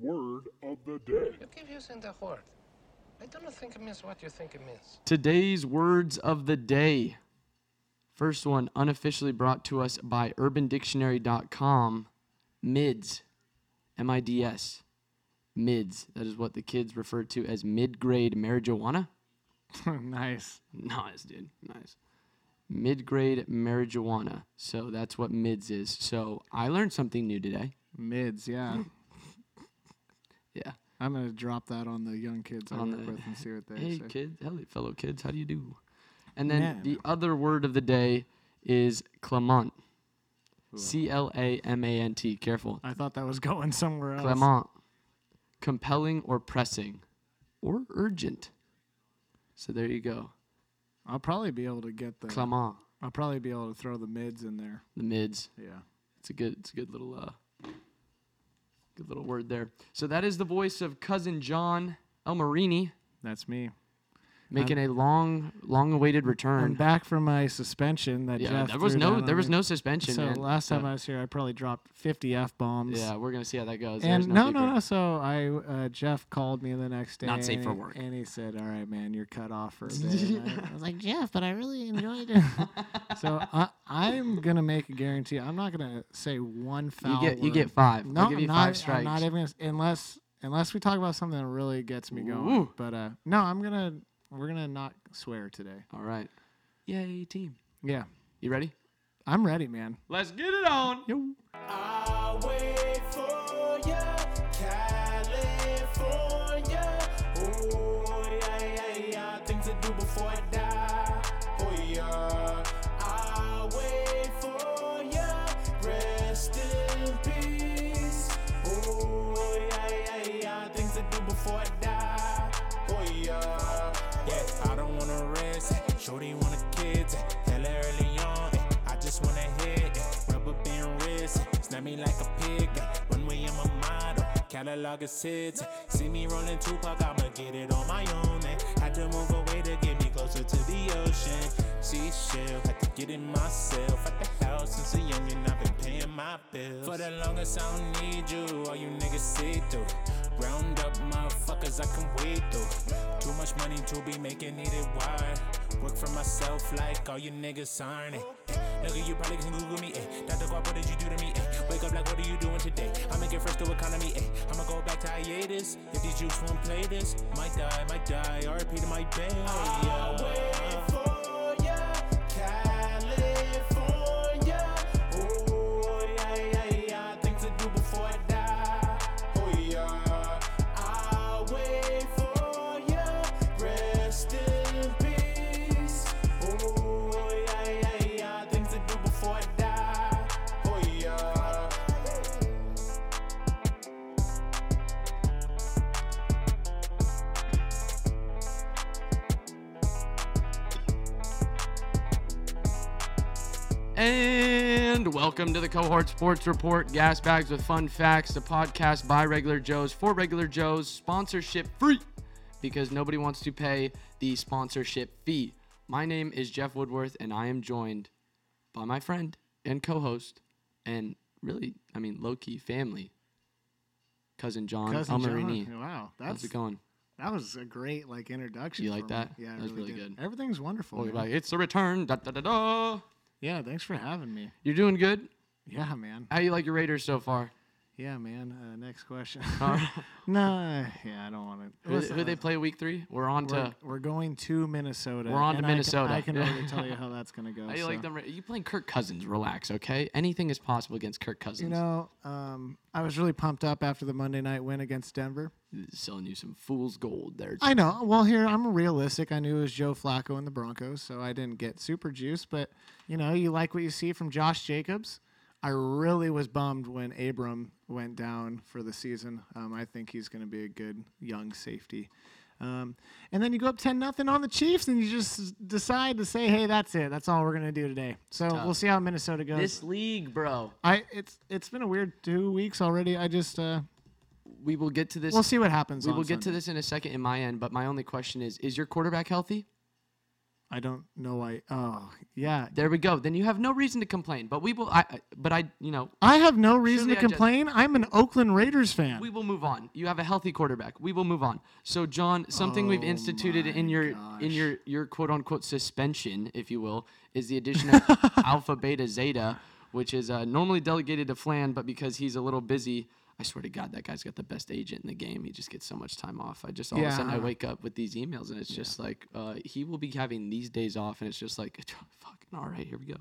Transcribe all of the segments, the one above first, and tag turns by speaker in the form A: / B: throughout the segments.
A: word of the day.
B: You keep using that word. I do not think it means what you think it means.
C: Today's words of the day. First one, unofficially brought to us by UrbanDictionary.com. MIDS. M I D S. MIDS. That is what the kids refer to as mid grade marijuana.
D: nice.
C: Nice, dude. Nice. Mid grade marijuana. So that's what MIDS is. So I learned something new today.
D: Mids, yeah.
C: Yeah.
D: I'm gonna drop that on the young kids I
C: On
D: work
C: the-
D: with and see what they
C: Hey,
D: say.
C: kids. Hello, fellow kids. How do you do? And then
D: Man.
C: the other word of the day is Clement. C L A M A N T. Careful.
D: I thought that was going somewhere else.
C: Clement. Compelling or pressing or urgent. So there you go.
D: I'll probably be able to get the.
C: Clement.
D: I'll probably be able to throw the mids in there.
C: The mids.
D: Yeah.
C: It's a good it's a good little uh good little word there. So that is the voice of cousin John Elmarini
D: That's me.
C: making a long long awaited
D: I'm
C: return.
D: back from my suspension that
C: yeah,
D: Jeff
C: there was
D: threw
C: no
D: down
C: there
D: on
C: was
D: me.
C: no suspension.
D: So
C: man.
D: last
C: So-
D: time I was here, I probably dropped 50 f bombs.
C: Yeah, we're gonna see how that goes. There's
D: And no, no,
C: keeper.
D: no. So I, uh, Jeff called me the next day.
C: Not safe
D: and
C: for
D: he-
C: work.
D: And he said, "All right, man, you're cut off for a bit." And I, I was like, "Jeff, but I really enjoyed it." so I, I'm gonna make a guarantee. I'm not gonna say one
C: You
D: foul.
C: get you
D: word.
C: get five.
D: No,
C: I'll give
D: I'm
C: you
D: not,
C: five
D: I'm
C: strikes.
D: not even gonna, unless unless we talk about something that really gets me going.
C: Ooh.
D: But uh, no, I'm gonna we're gonna not swear today.
C: All right. Yay, team.
D: Yeah,
C: You ready?
D: I'm ready, man.
C: Let's get it on.
D: Yo.
E: I'll wait for ya, California. Ooh, yeah, yeah, yeah. Things to do before I die. Oh, yeah. I'll wait for ya. Rest in peace. Ooh, yeah, yeah, yeah. Things to do before I die. Oh, yeah. Yeah, I don't wanna rest. Shorty wanna kids. Tell her early on. eh, I just wanna hit. eh, Rubber band wrist. eh, Snap me like a pig. eh, One way in my mind. oh, Catalog of hits. eh, See me rolling Tupac. I'ma get it on my own. eh, Had to move away to get me closer to the ocean. Seashell. Had to get it myself. At the house since a youngin'. I've been paying my bills. For the longest, I don't need you. All you niggas see through. Round up motherfuckers, I can wait though. Too much money to be making, need it wide. Work for myself like all you niggas aren't it. Look at you, probably can Google me, eh? Dr. Guap, what did you do to me, eh? Wake up like, what are you doing today? I'm making first to economy, eh? I'ma go back to hiatus. If these youths won't play this, might die, might die. RP to my bay, yeah. California. Ooh, yeah, yeah, yeah. Things to do before I die. Oh, yeah. I'll wait for ya. Rest in peace. Ooh, yeah, yeah, yeah. Things to do before I die. Oh, yeah.
C: And welcome to the Cohort Sports Report, Gas Bags with Fun Facts, the podcast by Regular Joes for Regular Joes, sponsorship free because nobody wants to pay the sponsorship fee. My name is Jeff Woodworth, and I am joined by my friend and co host, and really, I mean, low key family, cousin John
D: Cousin
C: Almarini.
D: John. Wow,
C: How's
D: that's
C: it going?
D: that was a great like introduction.
C: You like
D: for me.
C: that?
D: Yeah, I
C: That was really
D: did.
C: good.
D: Everything's wonderful.
C: Oh, you're
D: man.
C: like, it's the return. Da, da, da, da.
D: Yeah, thanks for having me.
C: You're doing good?
D: Yeah, man.
C: How you like your Raiders so far?
D: Yeah, man. Uh, next question.
C: Alright.
D: no, yeah, I don't want to.
C: Who, who they play week three? We're on
D: We're,
C: to.
D: we're going to Minnesota.
C: We're on to
D: and I can-
C: Minnesota.
D: I can,
C: Yeah.
D: already tell you how that's gonna go.
C: How you like
D: so.
C: them? Are you playing Kirk Cousins? Relax, okay. Anything is possible against Kirk Cousins.
D: You know, um, I was really pumped up after the Monday night win against Denver.
C: selling you some fool's gold there.
D: I know. Well, here I'm realistic. I knew it was Joe Flacco and the Broncos, so I didn't get super juice. But you know, you like what you see from Josh Jacobs. I really was bummed when Abram went down for the season. Um, I think he's going to be a good young safety. Um, and then you go up ten nothing on the Chiefs, and you just decide to say, "Hey, that's it. That's all we're going to do today." So we'll see how Minnesota goes.
C: this league, bro.
D: I it's it's been a weird two weeks already. I just uh,
C: We will get to this.
D: we'll see what happens.
C: we will get to this in a second in my end. But my only question is: Is your quarterback healthy?
D: I don't know why. Oh, yeah.
C: There we go. Then you have no reason to complain. But we will. I. I- But I. You know.
D: I have no reason
C: Surely
D: to
C: I just-
D: complain. I'm an Oakland Raiders fan.
C: We will move on. You have a healthy quarterback. We will move on. So, John, something we've
D: Oh
C: instituted in
D: my
C: your in
D: gosh.
C: your your quote unquote suspension, if you will, is the addition of alpha, beta, zeta, which is uh, normally delegated to Flan, but because he's a little busy, I swear to God, that guy's got the best agent in the game. He just gets so much time off. I just all of a sudden I
D: Yeah.
C: wake up with these emails, and it's just like uh, he will be having these days off, and it's just like fucking all right, here we go.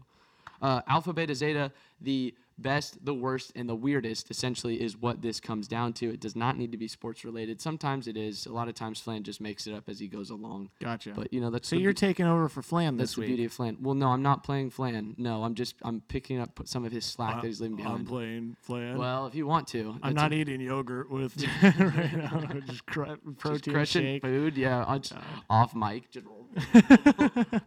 C: Uh, alpha, beta, zeta, the best, the worst, and the weirdest essentially is what this comes down to. It does not need to be sports related. Sometimes it is. A lot of times Flan just makes it up as he goes along.
D: Gotcha.
C: But you know that's
D: so
C: the
D: you're
C: beau-
D: taking over for Flan
C: that's
D: this
C: the
D: week.
C: beauty of Flan. Well, no, I'm not playing Flan. No, I'm just I'm picking up some of his slack that he's leaving behind.
D: playing Flan.
C: well, if you want to, that's
D: I'm not
C: a-
D: eating yogurt with right now. Just cr-
C: just
D: protein
C: crushing
D: shake.
C: food. Yeah, I'll just, off mic. Just-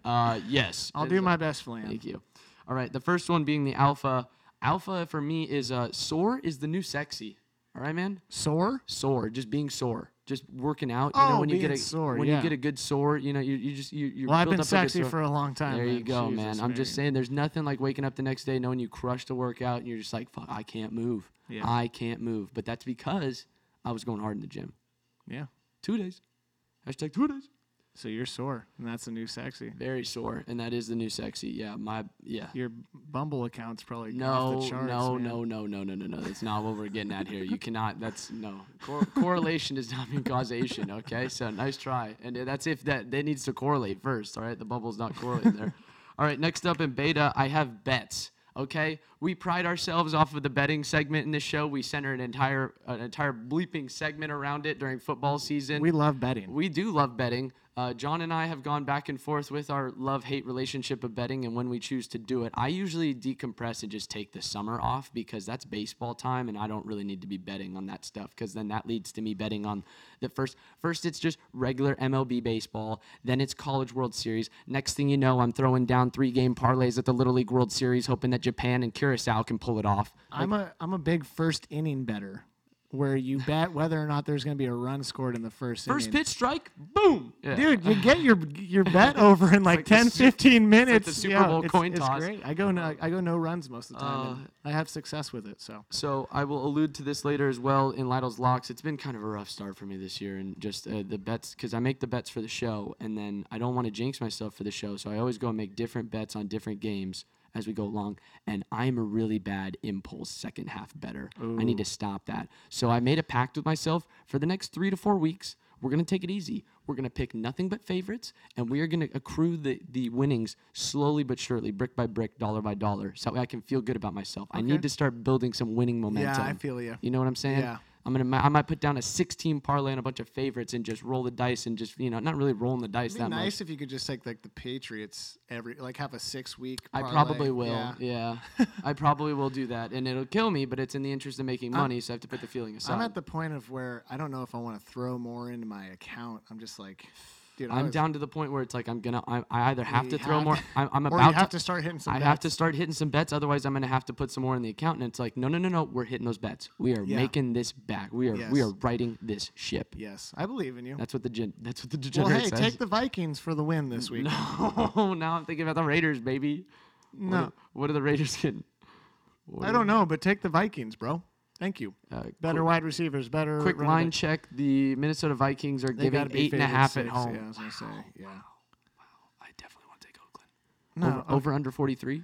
C: uh, yes,
D: I'll
C: it
D: do
C: is a-
D: my best, Flan.
C: Thank you. All right, the first one being the alpha. Alpha for me is uh, sore is the new sexy. All right, man.
D: Sore?
C: Sore, just being sore, just working out. You know,
D: Oh,
C: when you get a
D: being sore,
C: when you
D: yeah.
C: get a good sore, you know, you, you just you you.
D: Well, I've
C: built
D: been
C: up like a
D: sexy
C: sore-
D: for a long time.
C: There you
D: man.
C: go, man.
D: Jesus,
C: I'm just saying, there's nothing like waking up the next day knowing you crushed a workout and you're just like, fuck, I can't move.
D: Yeah.
C: I can't move. But that's because I was going hard in the gym.
D: Yeah.
C: Two days. Hashtag two days.
D: So you're sore, and that's a new sexy.
C: Very sore, and that is the new sexy. Yeah, my yeah.
D: Your Bumble account's probably
C: No,
D: off the charts.
C: no,
D: man.
C: no, no, no, no, no, no. That's not what we're getting at here. You cannot. That's no. Cor- correlation does not mean causation. Okay, so nice try. And uh, that's if that that needs to correlate first. All right, the bubble's not correlating there. All right, next up in beta, I have bets. Okay, we pride ourselves off of the betting segment in this show. We center an entire an entire bleeping segment around it during football season.
D: We love betting.
C: We do love betting. Uh, John and I have gone back and forth with our love hate relationship of betting and when we choose to do it. I usually decompress and just take the summer off because that's baseball time and I don't really need to be betting on that stuff because then that leads to me betting on the first. First, it's just regular MLB baseball. Then it's College World Series. Next thing you know, I'm throwing down three game parlays at the Little League World Series, hoping that Japan and Curacao can pull it off.
D: I'm a I'm a big first inning better, where you bet whether or not there's going to be a run scored in the first.
C: First
D: inning.
C: pitch strike, boom. Yeah.
D: dude you get your your bet over in like,
C: the
D: 10
C: Sup-
D: 15 minutes
C: the Super
D: Yeah,
C: Bowl
D: it's,
C: coin
D: it's
C: toss.
D: great i go no i go no runs most of the time and i have success with it so
C: So I will allude to this later as well in Lytle's locks. It's been kind of a rough start for me this year, and just uh, the bets because I make the bets for the show, and then I don't want to jinx myself for the show, so I always go and make different bets on different games as we go along. And I'm a really bad impulse second half better. I need to stop that. So I made a pact with myself for the next three to four weeks. We're gonna take it easy. We're gonna pick nothing but favorites, and we are gonna accrue the, the winnings slowly but surely, brick by brick, dollar by dollar, so that way I can feel good about myself. I need to start building some winning momentum.
D: I feel ya.
C: You know what I'm saying?
D: Yeah.
C: I'm gonna. ma- I might put down a 16 parlay and a bunch of favorites and just roll the dice and just you know not really rolling the dice
D: it'd be
C: that
D: nice
C: much.
D: if you could just take like the patriots every like have a six week
C: I probably will. Yeah. I probably will do that, and it'll kill me. But it's in the interest of making money, so I have to put the feeling aside.
D: i'm at the point of where i don't know if i want to throw more into my account i'm just like dude
C: I'm
D: was-
C: down to the point where it's like I'm gonna. I, I either have
D: we
C: to throw more. I'm, I'm
D: or
C: about
D: you have to start hitting some
C: I have to start hitting some bets, otherwise I'm gonna have to put some more in the account. And it's like, no, no, no, no, we're hitting those bets. We are
D: Yeah.
C: making this back. We are we
D: Yes.
C: are writing this ship.
D: yes i believe in you
C: That's what the gen- that's what the
D: well
C: degenerate
D: hey
C: says.
D: take the vikings for the win this week
C: no, now I'm thinking about the Raiders, baby. What are-
D: No.
C: what are the Raiders getting?
D: i don't know but take the vikings bro thank you
C: Uh,
D: better
C: quick-
D: wide receivers better
C: Quick
D: running
C: line
D: back.
C: check. The Minnesota Vikings are
D: They
C: giving
D: gotta be
C: eight and a
D: favored
C: half
D: six,
C: at home.
D: Yeah, I was gonna say. Yeah.
C: I definitely want to take Oakland.
D: No. uh,
C: over,
D: okay.
C: over under 43.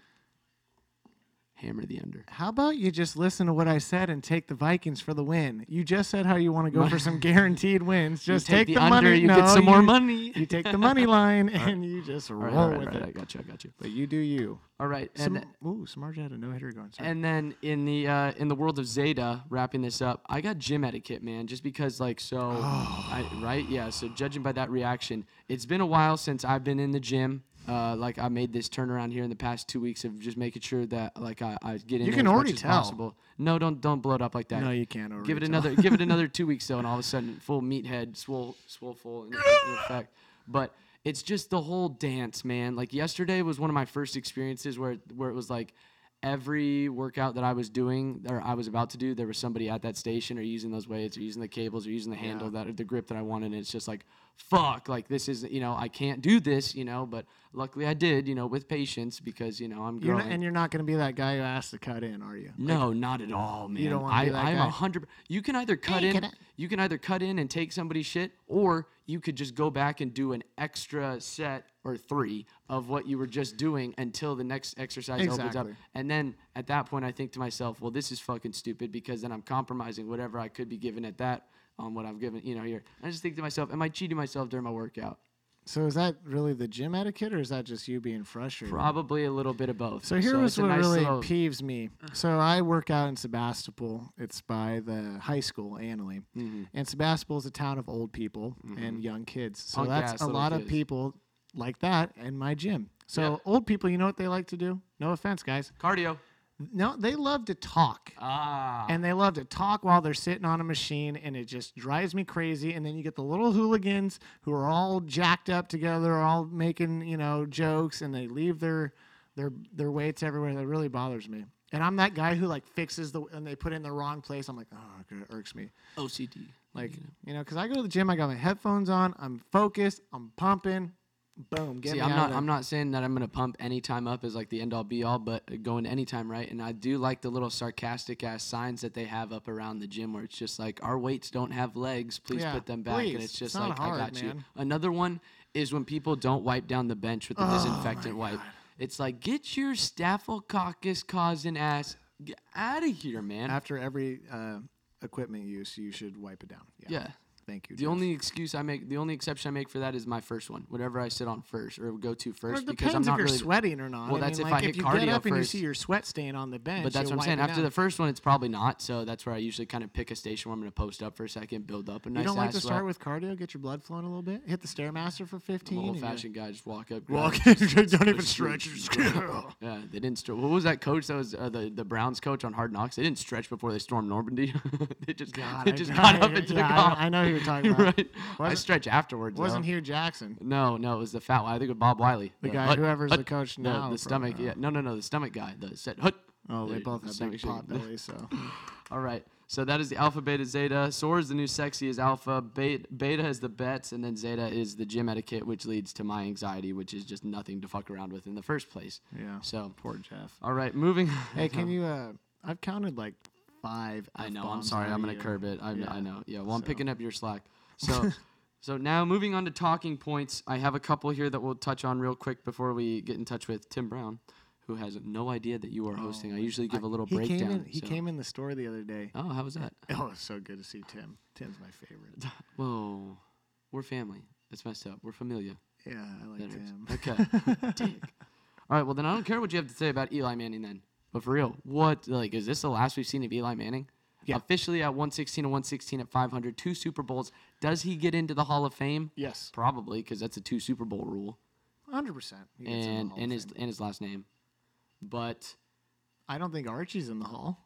C: Hammer the under.
D: How about you just listen to what I said and take the Vikings for the win? You just said how you want to go for some guaranteed wins. Just
C: take
D: take,
C: the
D: the
C: under,
D: money.
C: you get
D: no,
C: some more
D: you-
C: money.
D: You take the money line and you just roll
C: All right, all right,
D: with
C: all right,
D: it.
C: I got you. I got you.
D: But you do you.
C: All right. And
D: Some, ooh, Samarja had a no hitter going. Sorry.
C: And then in the uh, in the world of Zeta, wrapping this up, I got gym etiquette, man. Just because, like, so, I, right? Yeah. So judging by that reaction, it's been a while since I've been in the gym. Uh, like I made this turnaround here in the past two weeks of just making sure that like I, I get in
D: You
C: there
D: can
C: as
D: already
C: much
D: tell.
C: as possible. No, don't don't blow it up like that.
D: No, you can't already
C: Give it
D: tell.
C: another give it another two weeks though, and all of a sudden full meathead, swole swole full in, in effect. But it's just the whole dance, man. Like yesterday was one of my first experiences where where it was like every workout that I was doing or I was about to do, there was somebody at that station or using those weights or using the cables or using the handle that or the grip that I wanted. And it's just like, fuck, like this is, you know, I can't do this, you know, but luckily I did, you know, with patience because, you know, I'm
D: You're
C: growing.
D: not, and you're not going to be that guy who has to cut in, are you?
C: No, not at all, man.
D: don't wanna
C: I,
D: be that
C: I'm
D: guy.
C: a hundred. You can either cut in, you can either cut in and take somebody's shit, or you could just go back and do an extra set or three of what you were just doing until the next exercise opens up.
D: Exactly.
C: And then at that point, I think to myself, well, this is fucking stupid because then I'm compromising whatever I could be given at that on what I've given, you know, here. I just think to myself, am I cheating myself during my workout?
D: So is that really the gym etiquette, or is that just you being frustrated?
C: Probably a little bit of both.
D: So here was
C: it's a
D: what
C: nice
D: really
C: little-
D: peeves me. So I work out in Sebastopol. It's by the high school, Annalee.
C: Mm-hmm.
D: And Sebastopol is a town of old people and young kids. So
C: Punk ass
D: that's a
C: little
D: lot of
C: kids.
D: people like that in my gym. So
C: Yeah.
D: old people, you know what they like to do? No offense, guys.
C: cardio.
D: No, they love to talk.
C: Ah,
D: and they love to talk while they're sitting on a machine and it just drives me crazy and then you get the little hooligans who are all jacked up together all making you know jokes and they leave their their their weights everywhere that really bothers me and i'm that guy who like fixes the and they put it in the wrong place i'm like oh okay, it irks me
C: OCD.
D: like you know because i go to the gym i got my headphones on i'm focused i'm pumping boom get
C: See,
D: me
C: I'm
D: out
C: not.
D: of
C: I'm not saying that I'm gonna pump any time up is like the end all be all, but going to any time, right? And I do like the little sarcastic ass signs that they have up around the gym where it's just like our weights don't have legs. Please
D: Yeah,
C: put them back.
D: please.
C: And it's
D: It's
C: just
D: not
C: like I
D: hard,
C: got you.
D: man.
C: Another one is when people don't wipe down the bench
D: Oh
C: with the disinfectant wipe. It's like get your staphylococcus causing ass out of here, man.
D: after every uh, equipment use you should wipe it down yeah,
C: yeah.
D: thank you
C: The
D: Jeff.
C: only excuse I make, the only exception I make for that is my first one, whatever I sit on first or go to
D: Well,
C: first,
D: it
C: because
D: depends
C: I'm not
D: if you're
C: really
D: sweating or not.
C: Well,
D: I
C: that's
D: mean,
C: if
D: like,
C: I
D: if
C: hit
D: you
C: cardio
D: get up and you
C: first.
D: see your sweat stain on the bench,
C: But that's
D: you'll
C: what I'm saying.
D: wipe it
C: After
D: out.
C: the first one, it's probably not. So that's where I usually kind of pick a station where I'm going to post up for a second, build up a nice.
D: you don't like
C: ass
D: to start
C: sweat.
D: with cardio, get your blood flowing a little bit, hit the stairmaster for
C: I'm
D: 15.
C: an
D: and
C: old
D: you're-
C: fashioned guy. Just walk up, grab
D: Walk
C: it.
D: in, don't even stretch. Just
C: Yeah, they didn't. Str- what was that coach? That was uh, the the Browns coach on Hard Knocks. They didn't stretch before they stormed Normandy. they just
D: God,
C: they
D: I-
C: just
D: I-
C: got up and took
D: yeah, I-
C: off.
D: I know who you're talking about.
C: right? I
D: Wasn't-
C: stretch afterwards.
D: Wasn't
C: though.
D: Hugh Jackson.
C: No, no, it was the fat one. I think it was Bob Wiley.
D: The guy- whoever's the coach now,
C: The,
D: probably,
C: stomach.
D: huh?
C: Yeah, no, no, no. The stomach guy. The said hut.
D: Oh, they
C: The
D: both have
C: stomach
D: big
C: shake.
D: pot bellies, so.
C: All right. So that is the alpha, beta, zeta. Sore is the new sexy is alpha. Beta, beta is the bets, and then zeta is the gym etiquette, which leads to my anxiety, which is just nothing to fuck around with in the first place.
D: Yeah.
C: So,
D: Poor Jeff.
C: all right, moving.
D: Hey, can you, uh, I've counted like five.
C: I know. I'm
D: F-bombs
C: sorry.
D: out
C: I'm
D: of
C: gonna
D: you.
C: curb it. I,
D: uh, Yeah.
C: I know. Yeah. Well, I'm picking up your slack. So, so now moving on to talking points. I have a couple here that we'll touch on real quick before we get in touch with Tim Brown, who has no idea that you are hosting. I usually give a little
D: Oh, He
C: breakdown.
D: came in, he
C: so-
D: came in the store the other day.
C: Oh, how was that?
D: Oh, it's so good to see Tim. Tim's my favorite.
C: Whoa. We're family. That's messed up. We're familia.
D: Yeah, I like
C: That hurts.
D: Tim.
C: Okay. Dick. All right. Well, then I don't care what you have to say about Eli Manning then. But for real, what like is this the last we've seen of Eli Manning?
D: Yeah.
C: Officially at 116 and 116 at 500, two Super Bowls. Does he get into the Hall of Fame?
D: Yes,
C: Probably because that's a two Super Bowl rule,
D: hundred percent.
C: and and his and his last name. But
D: I don't think Archie's in the hall,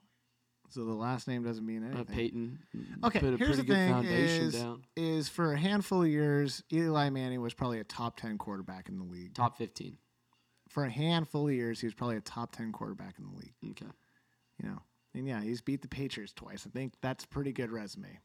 D: so the last name doesn't mean
C: uh,
D: anything.
C: Peyton
D: okay,
C: put a pretty
D: here's the
C: good
D: thing:
C: foundation
D: is,
C: down.
D: is for a handful of years, Eli Manning was probably a top ten quarterback in the league.
C: Top 15.
D: For a handful of years, he was probably a top ten quarterback in the league.
C: Okay.
D: You know, and yeah, he's beat the Patriots twice. I think that's a pretty good resume.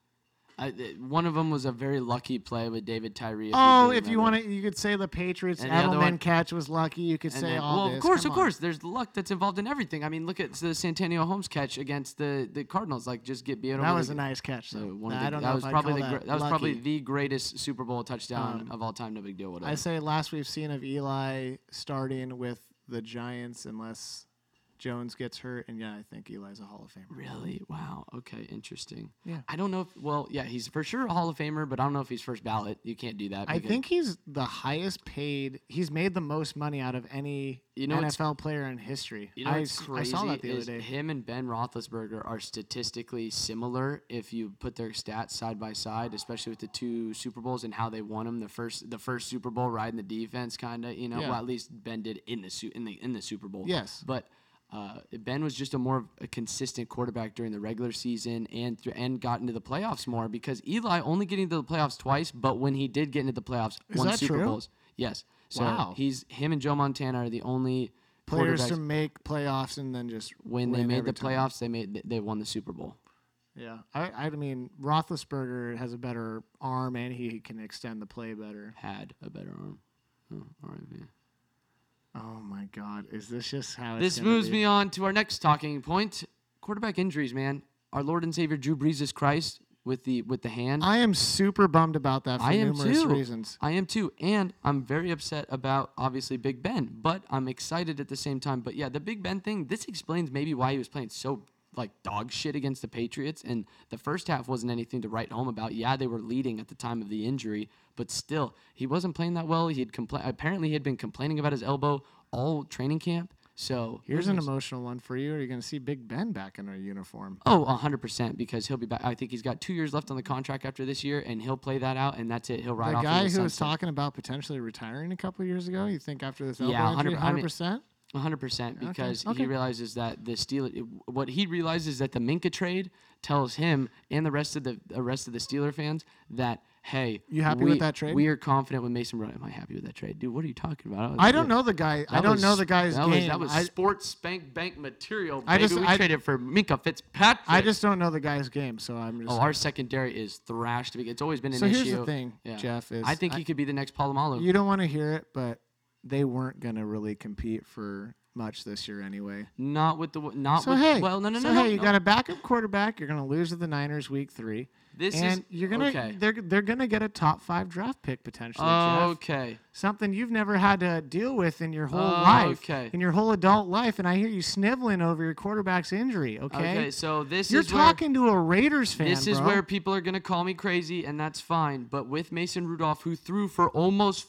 C: I, th- one of them was a very lucky play with David Tyree.
D: Oh, if you want to, you could say the Patriots
C: And the other
D: Edelman
C: one-
D: catch was lucky. You could
C: And
D: say
C: then-
D: all
C: well,
D: this.
C: of course,
D: Come
C: of
D: on.
C: course. There's luck that's involved in everything. I mean, look at the Santonio Holmes catch against the, the Cardinals. Like, just get beat over.
D: That was
C: the-
D: a nice catch.
C: uh,
D: Though.
C: one
D: Nah,
C: of the-
D: I don't
C: that
D: know
C: was
D: if I'd
C: probably
D: call
C: the gre-
D: that
C: that Um, was probably
D: lucky.
C: the greatest Super Bowl touchdown of all time. No big deal. Whatever.
D: I say last we've seen of Eli starting with the Giants unless Jones gets hurt, and yeah, I think Eli's a Hall of Famer.
C: really? Wow. Okay. Interesting.
D: Yeah.
C: I don't know if. Well, yeah, he's for sure a Hall of Famer, but I don't know if he's first ballot. You can't do that.
D: I
C: because-
D: think he's the highest paid. He's made the most money out of any
C: You know what's-
D: NFL player in history.
C: You know
D: I,
C: what's
D: s-
C: crazy
D: I saw that the
C: is
D: other day.
C: him and Ben Roethlisberger are statistically similar if you put their stats side by side, especially with the two Super Bowls and how they won them. The first, the first Super Bowl riding the defense, kind of, you know.
D: Yeah.
C: Well, at least Ben did in the su- in the in the Super Bowl.
D: Yes.
C: but. Uh, ben was just a more of a consistent quarterback during the regular season and thr- and got into the playoffs more because Eli only getting to the playoffs twice, but when he did get into the playoffs,
D: Is
C: won
D: that
C: Super
D: true?
C: Bowls. Yes. So
D: Wow.
C: he's him and Joe Montana are the only
D: players to
C: quarterbacks.
D: make playoffs and then just
C: When they
D: win
C: made
D: every
C: the
D: time.
C: playoffs, they made they- they won the Super Bowl.
D: Yeah, I, I mean Roethlisberger has a better arm and he can extend the play better.
C: Had a better arm. Oh, RIP.
D: Oh my God, is this just how it's
C: This
D: gonna
C: moves
D: be?
C: me on to our next talking point: quarterback injuries. Man, our Lord and Savior Drew Brees is Christ with the with the hand.
D: I am super bummed about that for
C: I am
D: numerous
C: too.
D: reasons.
C: I am too, and I'm very upset about obviously Big Ben, but I'm excited at the same time. But yeah, the Big Ben thing. This explains maybe why he was playing so like dog shit against the Patriots, and the first half wasn't anything to write home about. Yeah, they were leading at the time of the injury, but still, he wasn't playing that well. He had compla- apparently he had been complaining about his elbow all training camp. So
D: Here's an emotional one for you. Are you going to see Big Ben back in a uniform?
C: Oh, 100% because he'll be back. I think he's got two years left on the contract after this year, and he'll play that out, and that's it. He'll ride
D: The
C: off. into
D: guy who was
C: sunset.
D: talking about potentially retiring a couple years ago. You think after this elbow
C: Yeah, 100
D: injury,
C: I mean-
D: hundred percent?
C: 100% because
D: okay.
C: he realizes that the Steelers, what he realizes that the Minka trade tells him and the rest of the, the rest of the Steeler fans that hey,
D: You happy
C: we,
D: with that trade?
C: We are confident with Mason Rudolph. Am I happy with that trade, dude? What are you talking about?
D: I don't know the guy. I
C: That
D: don't
C: was-
D: know the guy's
C: that
D: game.
C: Was, that was
D: I,
C: sports bank bank material. Baby.
D: I just-
C: we
D: I-
C: traded for Minka Fitzpatrick.
D: I just don't know the guy's game, so I'm just.
C: Oh, our secondary is thrashed. It's always been an
D: So
C: issue.
D: here's the thing, Jeff, is
C: I think
D: I-
C: he could be the next Palomalu.
D: you don't want to hear it, but they weren't going to really compete for much this year anyway.
C: not with the w- not
D: So
C: with
D: hey,
C: Oh, well no no
D: so
C: no, no,
D: hey, you
C: no.
D: got a backup quarterback. You're going to lose to the Niners week three.
C: This is-
D: and you're gonna
C: okay.
D: they're they're gonna get a top five draft pick potentially. Jeff.
C: okay.
D: something you've never had to deal with in your whole life,
C: Oh, Okay.
D: in your whole adult life, and I hear you sniveling over your quarterback's injury. Okay,
C: okay, so this
D: you're
C: is where,
D: talking to a Raiders fan.
C: This is
D: bro.
C: where people are going to call me crazy, and that's fine. But with Mason Rudolph, who threw for almost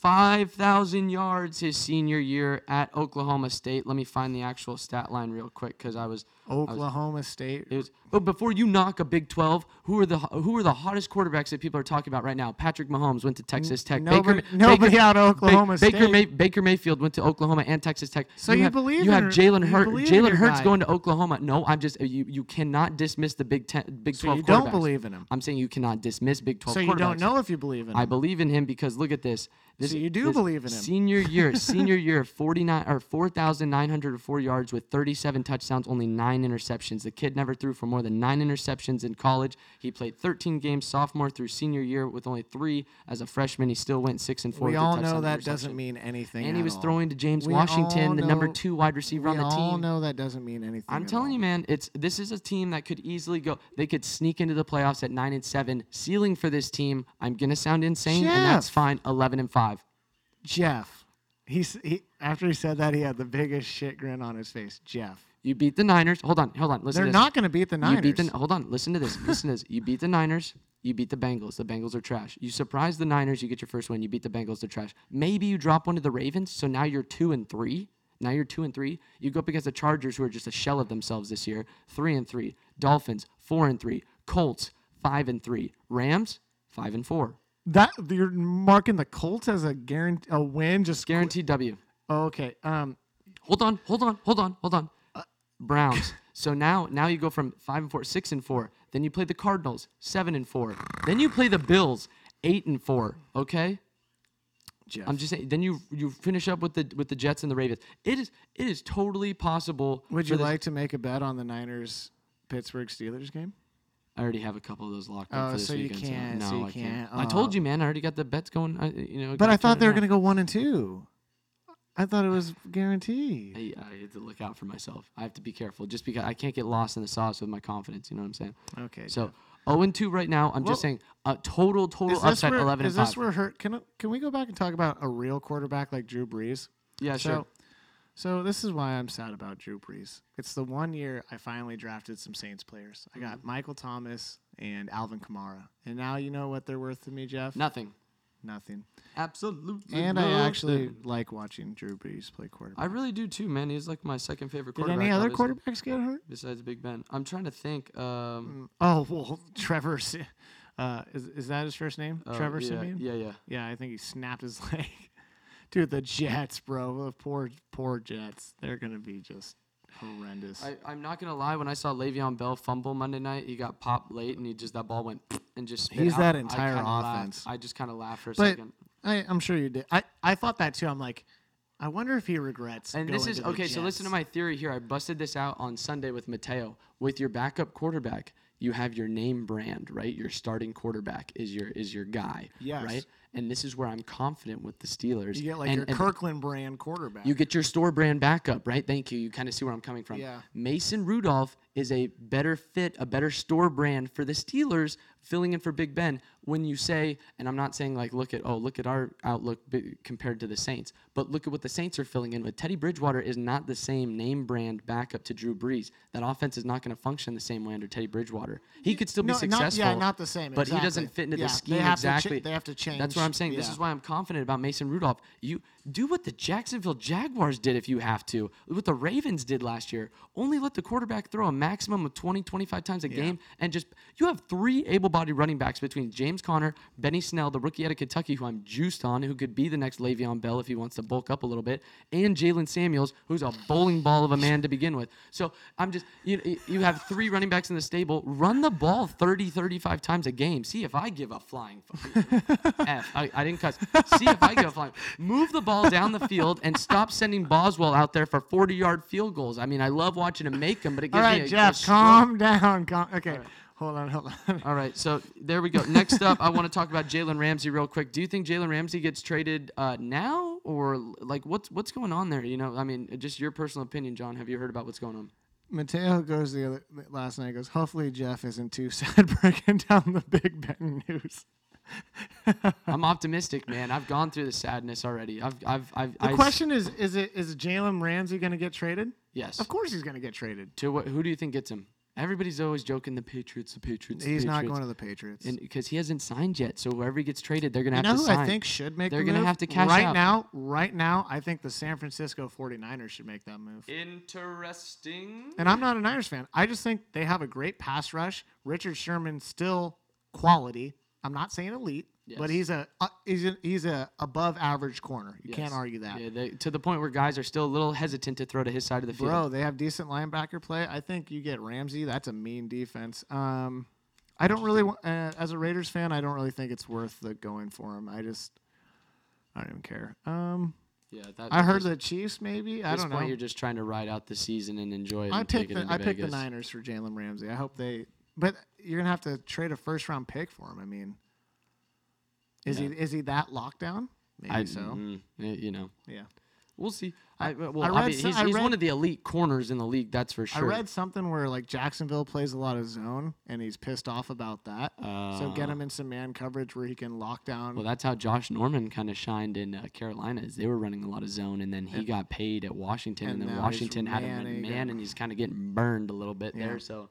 C: 5,000 yards his senior year at Oklahoma State, let me find the actual stat line real quick because I was.
D: Oklahoma State.
C: It was, but before you knock a Big 12, who are the ho- who are the hottest quarterbacks that people are talking about right now? Patrick Mahomes went to Texas Tech.
D: nobody- nobody out of
C: Ba-
D: Oklahoma
C: Baker,
D: State.
C: May, Baker Mayfield went to Oklahoma and Texas Tech.
D: So you
C: have,
D: believe
C: you
D: in
C: have
D: her-
C: Jalen
D: you
C: Hurts.
D: believe in
C: Jalen
D: your
C: Hurts
D: guy.
C: going to Oklahoma. No, I'm just you. You cannot dismiss the Big 10, Big
D: So
C: 12.
D: you don't
C: quarterbacks.
D: believe in him.
C: I'm saying you cannot dismiss Big 12.
D: So you don't
C: quarterbacks.
D: know if you believe in him.
C: I believe in him because look at this. This
D: So you do
C: this
D: believe in him.
C: Senior year, senior year, 49 or 4,904 yards with 37 touchdowns, only nine interceptions. The kid never threw for more than nine interceptions in college. He played 13 games sophomore through senior year with only three as a freshman. He still went six and four.
D: we
C: with a
D: all
C: touchdown
D: know that
C: interception.
D: doesn't mean anything.
C: And he
D: at
C: was
D: all.
C: throwing to James
D: We all
C: Washington, the number
D: know-
C: two wide receiver on
D: we
C: the team.
D: all know that doesn't mean anything.
C: I'm
D: at
C: telling
D: all.
C: you, man, it's this is a team that could easily go. They could sneak into the playoffs at nine and seven. Ceiling for this team, I'm gonna sound insane, and that's
D: Jeff.
C: fine. Eleven and five.
D: Jeff. He's he after he said that he had the biggest shit grin on his face. Jeff.
C: You beat the Niners. Hold on, hold on. Listen,
D: They're
C: to this.
D: not going to beat the Niners.
C: You beat the. Hold on. Listen to this. Listen to this. You beat the Niners. You beat the Bengals. The Bengals are trash. You surprise the Niners. You get your first win. You beat the Bengals. They're trash. Maybe you drop one to the Ravens. So now you're two and three. Now you're two and three. You go up against the Chargers, who are just a shell of themselves this year. Three and three. Dolphins. Four and three. Colts. Five and three. Rams. Five and four.
D: That you're marking the Colts as a guarantee a win. Just
C: Guaranteed W.
D: okay. Um,
C: Hold on, hold on, hold on, hold on. Browns. so now, now you go from five and four, six and four. Then you play the Cardinals, seven and four. Then you play the Bills, eight and four. Okay.
D: Jeff.
C: I'm just saying. Then you you finish up with the with the Jets and the Ravens. It is it is totally possible.
D: would
C: for
D: you
C: this-
D: like to make a bet on the Niners Pittsburgh Steelers game?
C: I already have a couple of those locked up
D: Oh,
C: for this
D: so you
C: weekend.
D: can't,
C: No,
D: so you
C: I can't.
D: can't.
C: I
D: Oh.
C: told you, man. I already got the bets going. I, you know.
D: But
C: gotta
D: I thought
C: turn
D: they
C: it
D: were
C: around.
D: going to go one and two. uh, I thought it was guaranteed.
C: I, I have to look out for myself. I have to be careful, just because I can't get lost in the sauce with my confidence. You know what I'm saying?
D: Okay.
C: So 0 and 2 right now. I'm just saying a total total
D: is this
C: upside
D: where,
C: 11
D: is
C: and
D: this
C: 5.
D: where hurt? Can can we go back and talk about a real quarterback like Drew Brees?
C: yeah,
D: So,
C: sure.
D: so this is why I'm sad about Drew Brees. It's the one year I finally drafted some Saints players. I got Michael Thomas and Alvin Kamara, and now you know what they're worth to me, Jeff.
C: Nothing.
D: Nothing.
C: Absolutely.
D: And I
C: nothing.
D: actually like watching Drew Brees play quarterback.
C: I really do too, man. He's like my second favorite
D: Did
C: quarterback.
D: any other
C: obviously,
D: quarterbacks get hurt?
C: besides Big Ben? I'm trying to think. Um
D: Oh well, Trevor. Si- Uh, is is that his first name?
C: uh,
D: Trevor
C: yeah,
D: Simeon.
C: Yeah, yeah.
D: Yeah, I think he snapped his leg. Dude, the Jets, bro. The poor, poor Jets. They're gonna be just horrendous.
C: I, I'm not gonna lie. When I saw Le'Veon Bell fumble Monday night, he got popped late, and he just that ball went and just. spit
D: He's
C: out.
D: that
C: I
D: entire
C: kinda laughed.
D: offense.
C: I just kind of laughed for a
D: but
C: second.
D: I, I'm sure you did. I, I thought that too. I'm like, I wonder if he regrets.
C: And this
D: going
C: is
D: to the
C: okay. So listen to
D: Jets.
C: my theory here. I busted this out on Sunday with Mateo. With your backup quarterback, you have your name brand, right? Your starting quarterback is your is your guy,
D: Yes.
C: right? And this is where I'm confident with the Steelers.
D: You get like
C: and,
D: your
C: and
D: Kirkland brand quarterback.
C: you get your store brand backup, right? Thank you. You kind of see where I'm coming from.
D: Yeah.
C: Mason Rudolph is a better fit, a better store brand for the Steelers, filling in for Big Ben. When you say, and I'm not saying like, look at, oh, look at our outlook bi- compared to the Saints, but look at what the Saints are filling in with. Teddy Bridgewater is not the same name brand backup to Drew Brees. That offense is not going to function the same way under Teddy Bridgewater. He could still be
D: No, not- yeah,
C: successful.
D: not the same,
C: But he
D: exactly.
C: doesn't fit into
D: Yeah,
C: the
D: they
C: scheme
D: have to cha-
C: exactly.
D: they have to
C: That's what I'm
D: change,
C: saying. This
D: yeah.
C: is why why I'm confident about Mason Rudolph. You do what the Jacksonville Jaguars did if you have to, what the Ravens did last year. Only let the quarterback throw a maximum of 20, 25 times a game. And just, you have three able bodied running backs between James Conner, Benny Snell, the rookie out of Kentucky, who I'm juiced on, who could be the next Le'Veon Bell if he wants to bulk up a little bit, and Jalen Samuels, who's a bowling ball of a man to begin with. So I'm just, you, you have three running backs in the stable. Run the ball 30, 35 times a game. See if I give a flying fucking F. I, I didn't cuss. See if I go flying. Move the ball down the field and stop sending Boswell out there for 40 yard field goals. I mean, I love watching him make them, but it gives
D: All right,
C: me a, a
D: Jeff,
C: stroke.
D: calm down. Calm, okay, hold on, hold on.
C: All right, so there we go. Next up, I want to talk about Jalen Ramsey real quick. Do you think Jalen Ramsey gets traded uh, now, or like what's what's going on there? You know, I mean, just your personal opinion, John. Have you heard about what's going on?
D: Mateo goes the other last night. Goes, hopefully Jeff isn't too sad breaking down the Big Ben news.
C: I'm optimistic, man. I've gone through the sadness already. I've, I've, I've.
D: The question is, is it is Jalen Ramsey going to get traded?
C: Yes.
D: Of course he's going to get traded.
C: To what? Who do you think gets him? Everybody's always joking the Patriots, the Patriots. the
D: He's not
C: Patriots.
D: going to the Patriots.
C: and because he hasn't signed yet, so whoever he gets traded, they're gonna
D: you
C: have
D: know
C: to
D: who
C: sign.
D: I think should make
C: They're
D: the
C: gonna
D: move?
C: have to cash
D: right
C: out.
D: now. Right now, I think the San Francisco 49ers should make that move.
C: Interesting.
D: And I'm not a Niners fan. I just think they have a great pass rush. Richard Sherman still quality. I'm not saying elite,
C: Yes.
D: but he's a uh, he's a, he's a above average corner. You can't argue that.
C: Yeah, they, to the point where guys are still a little hesitant to throw to his side of the field.
D: Bro, they have decent linebacker play. I think you get Ramsey. That's a mean defense. Um, I don't really, wa- uh, as a Raiders fan, I don't really think it's worth the going for him. I just, I don't even care. Um,
C: Yeah, that,
D: I heard the Chiefs. Maybe I
C: At this
D: don't
C: point,
D: know.
C: you're just trying to ride out the season and enjoy it.
D: I
C: and take
D: picked
C: it
D: the
C: into
D: I picked the
C: Vegas.
D: Niners for Jalen Ramsey. I hope they, but you're gonna have to trade a first round pick for him. I mean, is
C: Yeah.
D: he is he that lockdown? Maybe
C: I
D: so.
C: mm, eh, you know,
D: Yeah.
C: we'll see. I, well,
D: I
C: I
D: read
C: mean,
D: so-
C: he's,
D: I
C: he's one
D: read-
C: of the elite corners in the league. That's for sure.
D: I read something where like Jacksonville plays a lot of zone, and he's pissed off about that. so get him in some man coverage where he can lock down.
C: Oh. Well, that's how Josh Norman kind of shined in uh, Carolina. Is they were running a lot of zone, and then he got paid at Washington, and,
D: and
C: then
D: now he's
C: Washington had him in
D: manning
C: man,
D: and-
C: and he's kind of getting burned a little bit there. So,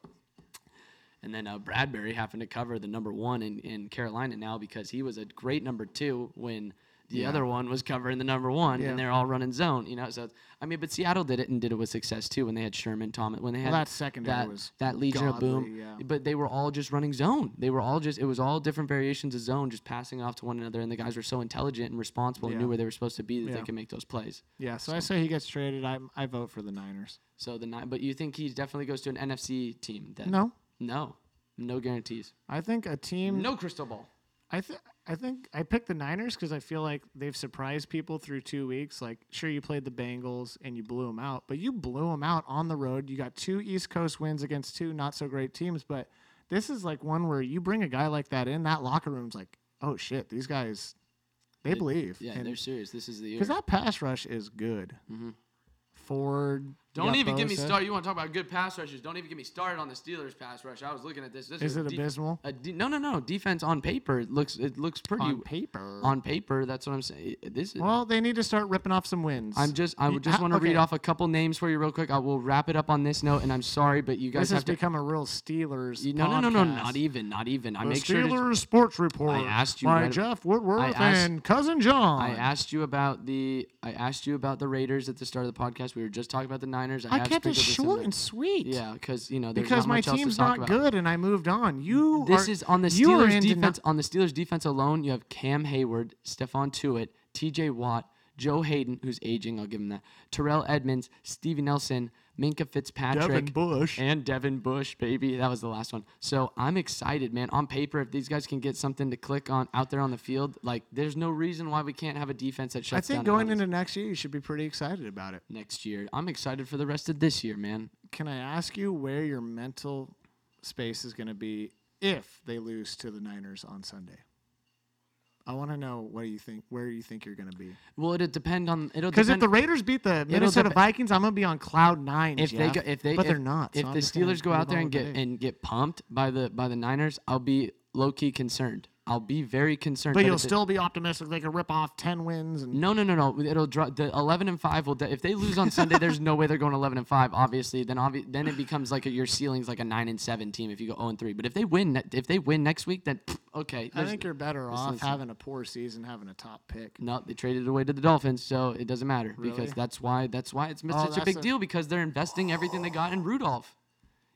C: and then uh, Bradbury happened to cover the number one in, in Carolina now because he was a great number two when the other one was covering the number one,
D: Yeah.
C: and they're all running zone. You know, so it's- I mean, but Seattle did it and did it with success too when they had Sherman, Thomas, when they had
D: that secondary
C: that,
D: was
C: that Legion of Boom.
D: godly, yeah.
C: But they were all just running zone. They were all just it was all different variations of zone, just passing off to one another. And the guys were so intelligent and responsible and knew
D: Yeah.
C: where they were supposed to be that they
D: Yeah.
C: could make those plays.
D: yeah, so, I say he gets traded. I I vote for the Niners.
C: So the nine, but you think he definitely goes to an NFC team? Then
D: No,
C: no, no guarantees,
D: I think a team.
C: no crystal ball.
D: I think I think I picked the Niners because I feel like they've surprised people through two weeks. Like, sure, you played the Bengals and you blew them out, but you blew them out on the road. You got two East Coast wins against two not so great teams, but this is like one where you bring a guy like that in that locker room's like, oh shit, these guys, they, believe.
C: Yeah,
D: And-
C: they're serious. This is the year.
D: Because that pass rush is good. Ford. you
C: Don't
D: got
C: even get me
D: Bosa.
C: started. You want to talk about good pass rushes? Don't even get me started on the Steelers pass rush. I was looking at this. this
D: Is
C: was
D: it
C: de-
D: abysmal?
C: a de- no, no, no. Defense on paper it looks it looks pretty
D: On paper.
C: On paper, that's what I'm saying. This is
D: well, they need to start ripping off some wins.
C: I'm just I
D: You-
C: would just
D: ha-
C: want to read
D: okay.
C: off a couple names for you real quick. I will wrap it up on this note, and I'm sorry, but you guys
D: This has
C: have to.
D: become a real Steelers.
C: You- no, no, no, no,
D: podcast.
C: not even, not even. I
D: The
C: make
D: Steelers
C: sure. To,
D: Sports Report.
C: I asked you
D: by
C: right-
D: Jeff Woodworth
C: I asked-
D: and cousin John.
C: I asked you about the I asked you about the Raiders at the start of the podcast. We were just talking about the Niners. I,
D: I
C: have
D: kept
C: sprinkled
D: it
C: this in
D: short
C: there.
D: and sweet.
C: Yeah, because you know there's
D: Because
C: not
D: my
C: much else to
D: team's
C: talk
D: not
C: about.
D: good, and I moved on. You.
C: This
D: are-
C: is on the
D: you are
C: Steelers
D: in deni-
C: defense. on the Steelers defense alone, you have Cam Hayward, Stephon Tuitt, T.J. Watt, Joe Hayden, who's aging. I'll give him that. Terrell Edmonds, Stevie Nelson, Minka Fitzpatrick,
D: Devin Bush.
C: and Devin Bush, baby. That was the last one. So I'm excited, man. On paper, if these guys can get something to click on out there on the field, like there's no reason why we can't have a defense that
D: I
C: shuts down.
D: think going
C: opponents
D: into next year, you should be pretty excited about it.
C: next year, I'm excited for the rest of this year, man.
D: Can I ask you where your mental space is going to be if they lose to the Niners on Sunday? I want to know what do you think, where you think you're going to be.
C: Well, it'll depend on it'll
D: Because if
C: depend-
D: the Raiders beat the Minnesota
C: depe-
D: Vikings, I'm going to be on cloud nine.
C: if they
D: Jeff.
C: go, if they
D: but
C: if,
D: they're not.
C: If
D: so I'm
C: the
D: just gonna
C: Steelers go
D: move
C: out there
D: on
C: and
D: with the
C: get
D: day.
C: and get pumped by the by the Niners, I'll be low key concerned. I'll be very concerned.
D: but
C: if
D: you'll
C: it-
D: still be optimistic they could rip off ten wins and
C: No, no, no, no. It'll drop. The eleven and five will. De- if they lose on Sunday, there's no way they're going eleven and five. Obviously, then obvi- then it becomes like a, your ceiling's like a nine and seven team if you go zero and three. But if they win, ne- if they win next week, then pff, okay.
D: I
C: there's-
D: think you're better
C: there's
D: off
C: nothing-
D: having a poor season, having a top pick.
C: No, they traded it away to the Dolphins, so it doesn't matter
D: Really?
C: because that's why that's why it's been
D: Oh,
C: such a
D: that's
C: big
D: a-
C: deal because they're investing everything they got in Rudolph.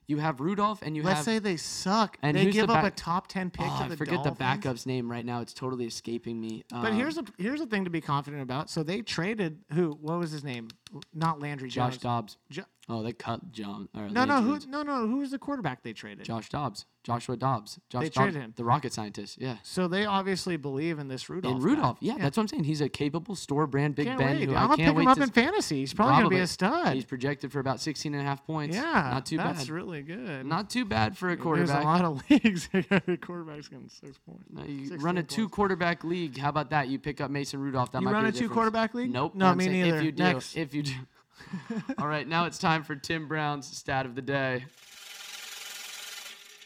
C: You have Rudolph, and you
D: Let's
C: have
D: say they suck.
C: And
D: they
C: who's the
D: give up a
C: back-
D: top ten pick
C: Oh,
D: to the
C: I forget
D: Dolphins.
C: the backup's name right now. It's totally escaping me.
D: But
C: Um,
D: here's a here's a thing to be confident about. So they traded who? What was his name? L- Not Landry
C: Josh
D: Jones.
C: Dobbs.
D: Jo-
C: Oh, they cut John. Or
D: no, no,
C: Landry
D: who?
C: Jones.
D: No, no, who was the quarterback they traded?
C: Josh Dobbs. Joshua Dobbs. Josh
D: They
C: Dobbs,
D: traded him.
C: the rocket scientist. Yeah.
D: So they obviously believe in this Rudolph.
C: And
D: guy.
C: Rudolph. Yeah, that's what I'm saying. He's a capable store brand Big
D: Can't
C: Ben
D: wait.
C: who
D: I'm
C: I
D: gonna
C: can't
D: pick
C: wait
D: him up
C: to
D: in
C: s-
D: fantasy. He's probably gonna be a stud.
C: He's projected for about 16 and a half points.
D: yeah,
C: Not too
D: that's
C: bad.
D: really good.
C: Not too bad for a quarterback.
D: There's a lot of leagues. that the quarterback's getting six points.
C: No, Uh, you
D: 16
C: run a
D: points.
C: two quarterback league. How about that? You pick up Mason Rudolph. That
D: You
C: might
D: run
C: be
D: a
C: the
D: two
C: difference.
D: quarterback league?
C: Nope.
D: No,
C: I'm
D: me
C: saying If
D: neither.
C: you do,
D: Next.
C: if you do. All right, now it's time for Tim Brown's stat of the day.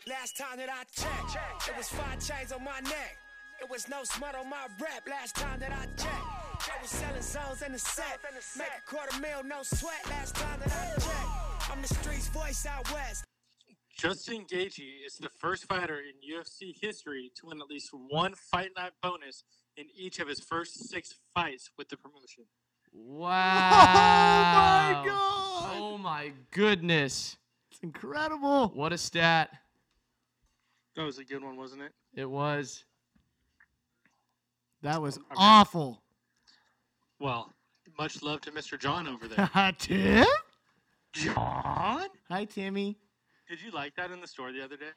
E: Last time that I checked, it was five chains on my neck. It was no smut on my rep. Last time that I checked, I was selling zones in the set. Make a quarter mil, no sweat. Last time that I checked, I'm the streets voice out west.
A: Justin Gaethje is the first fighter in UFC history to win at least one fight night bonus in each of his first six fights with the promotion.
C: Wow.
D: Oh God.
C: Oh my goodness.
D: It's incredible.
C: What a stat.
A: That was a good one, wasn't it?
C: It was.
D: That was awful.
A: Well, much love to Mr. John over there.
D: Tim?
A: John?
D: Hi, Timmy.
A: Did you like that in the store the other day?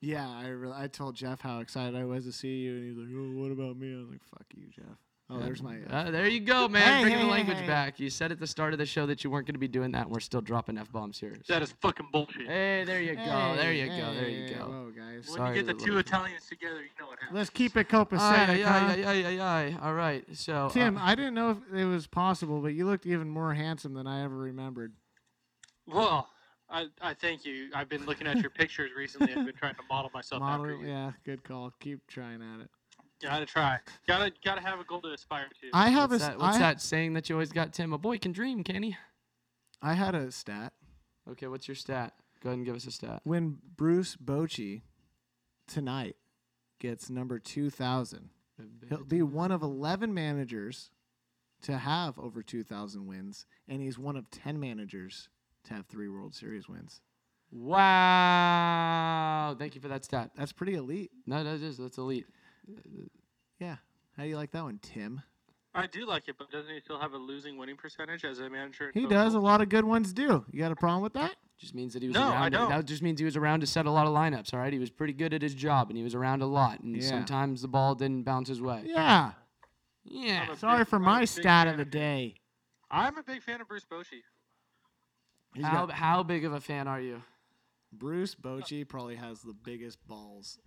D: Yeah, I re- I told Jeff how excited I was to see you, and he's like, "Oh, what about me?" I was like, "Fuck you, Jeff." Oh, there's my. F.
C: Uh, there you go, man.
D: Hey,
C: Bringing
D: hey,
C: the
D: hey,
C: language
D: hey.
C: back. You said at the start of the show that you weren't going to be doing that, and we're still dropping F bombs here.
A: That is fucking bullshit.
C: Hey, there you go. there
D: Hey,
C: you go. There you
D: hey,
C: go.
D: Whoa, guys.
A: when
C: sorry
A: you get
C: to
A: the
C: the
A: two
C: little-
A: Italians together, you know what happens.
D: Let's keep it copacetic.
C: Ay,
D: huh?
C: ay, ay, ay, ay, ay, ay. All right. So, uh,
D: Tim, I didn't know if it was possible, but you looked even more handsome than I ever remembered.
A: Well, I, I thank you. I've been looking at your pictures recently. I've been trying to model myself
D: Model,
A: after you.
D: yeah, good call. Keep trying at it.
A: Gotta try. Gotta gotta have a goal to aspire to.
D: I have
C: what's,
D: a s-
C: that, what's
D: I-
C: that saying that you always got, Tim? A boy can dream, can he?
D: I had a stat
C: Okay, what's your stat? Go ahead and give us a stat.
D: when Bruce Bochy tonight gets number two thousand. He'll be one of 11 managers to have over 2,000 wins, and he's one of 10 managers to have three World Series wins.
C: Wow. Thank you for that stat.
D: That's pretty elite.
C: No, that is. That's elite.
D: Yeah. How do you like that one, Tim?
A: I do like it, but doesn't he still have a losing winning percentage as a manager? in
D: He
A: total?
D: does. A lot of good ones do. You got a problem with that?
C: Just means that he was
A: No, I
C: around.
A: don't.
C: That just means he was around to set a lot of lineups. All right, he was pretty good at his job, and he was around a lot. And
D: Yeah.
C: sometimes the ball didn't bounce his way.
D: Yeah.
C: Yeah.
A: I'm a
D: Sorry
A: big-
D: for
A: I'm a
D: my
A: big
D: stat of
A: fan
D: the day.
A: I'm a big fan of Bruce Bochy.
D: He's
C: How,
D: got-
C: how big of a fan are you?
D: Bruce Bochy probably has the biggest balls.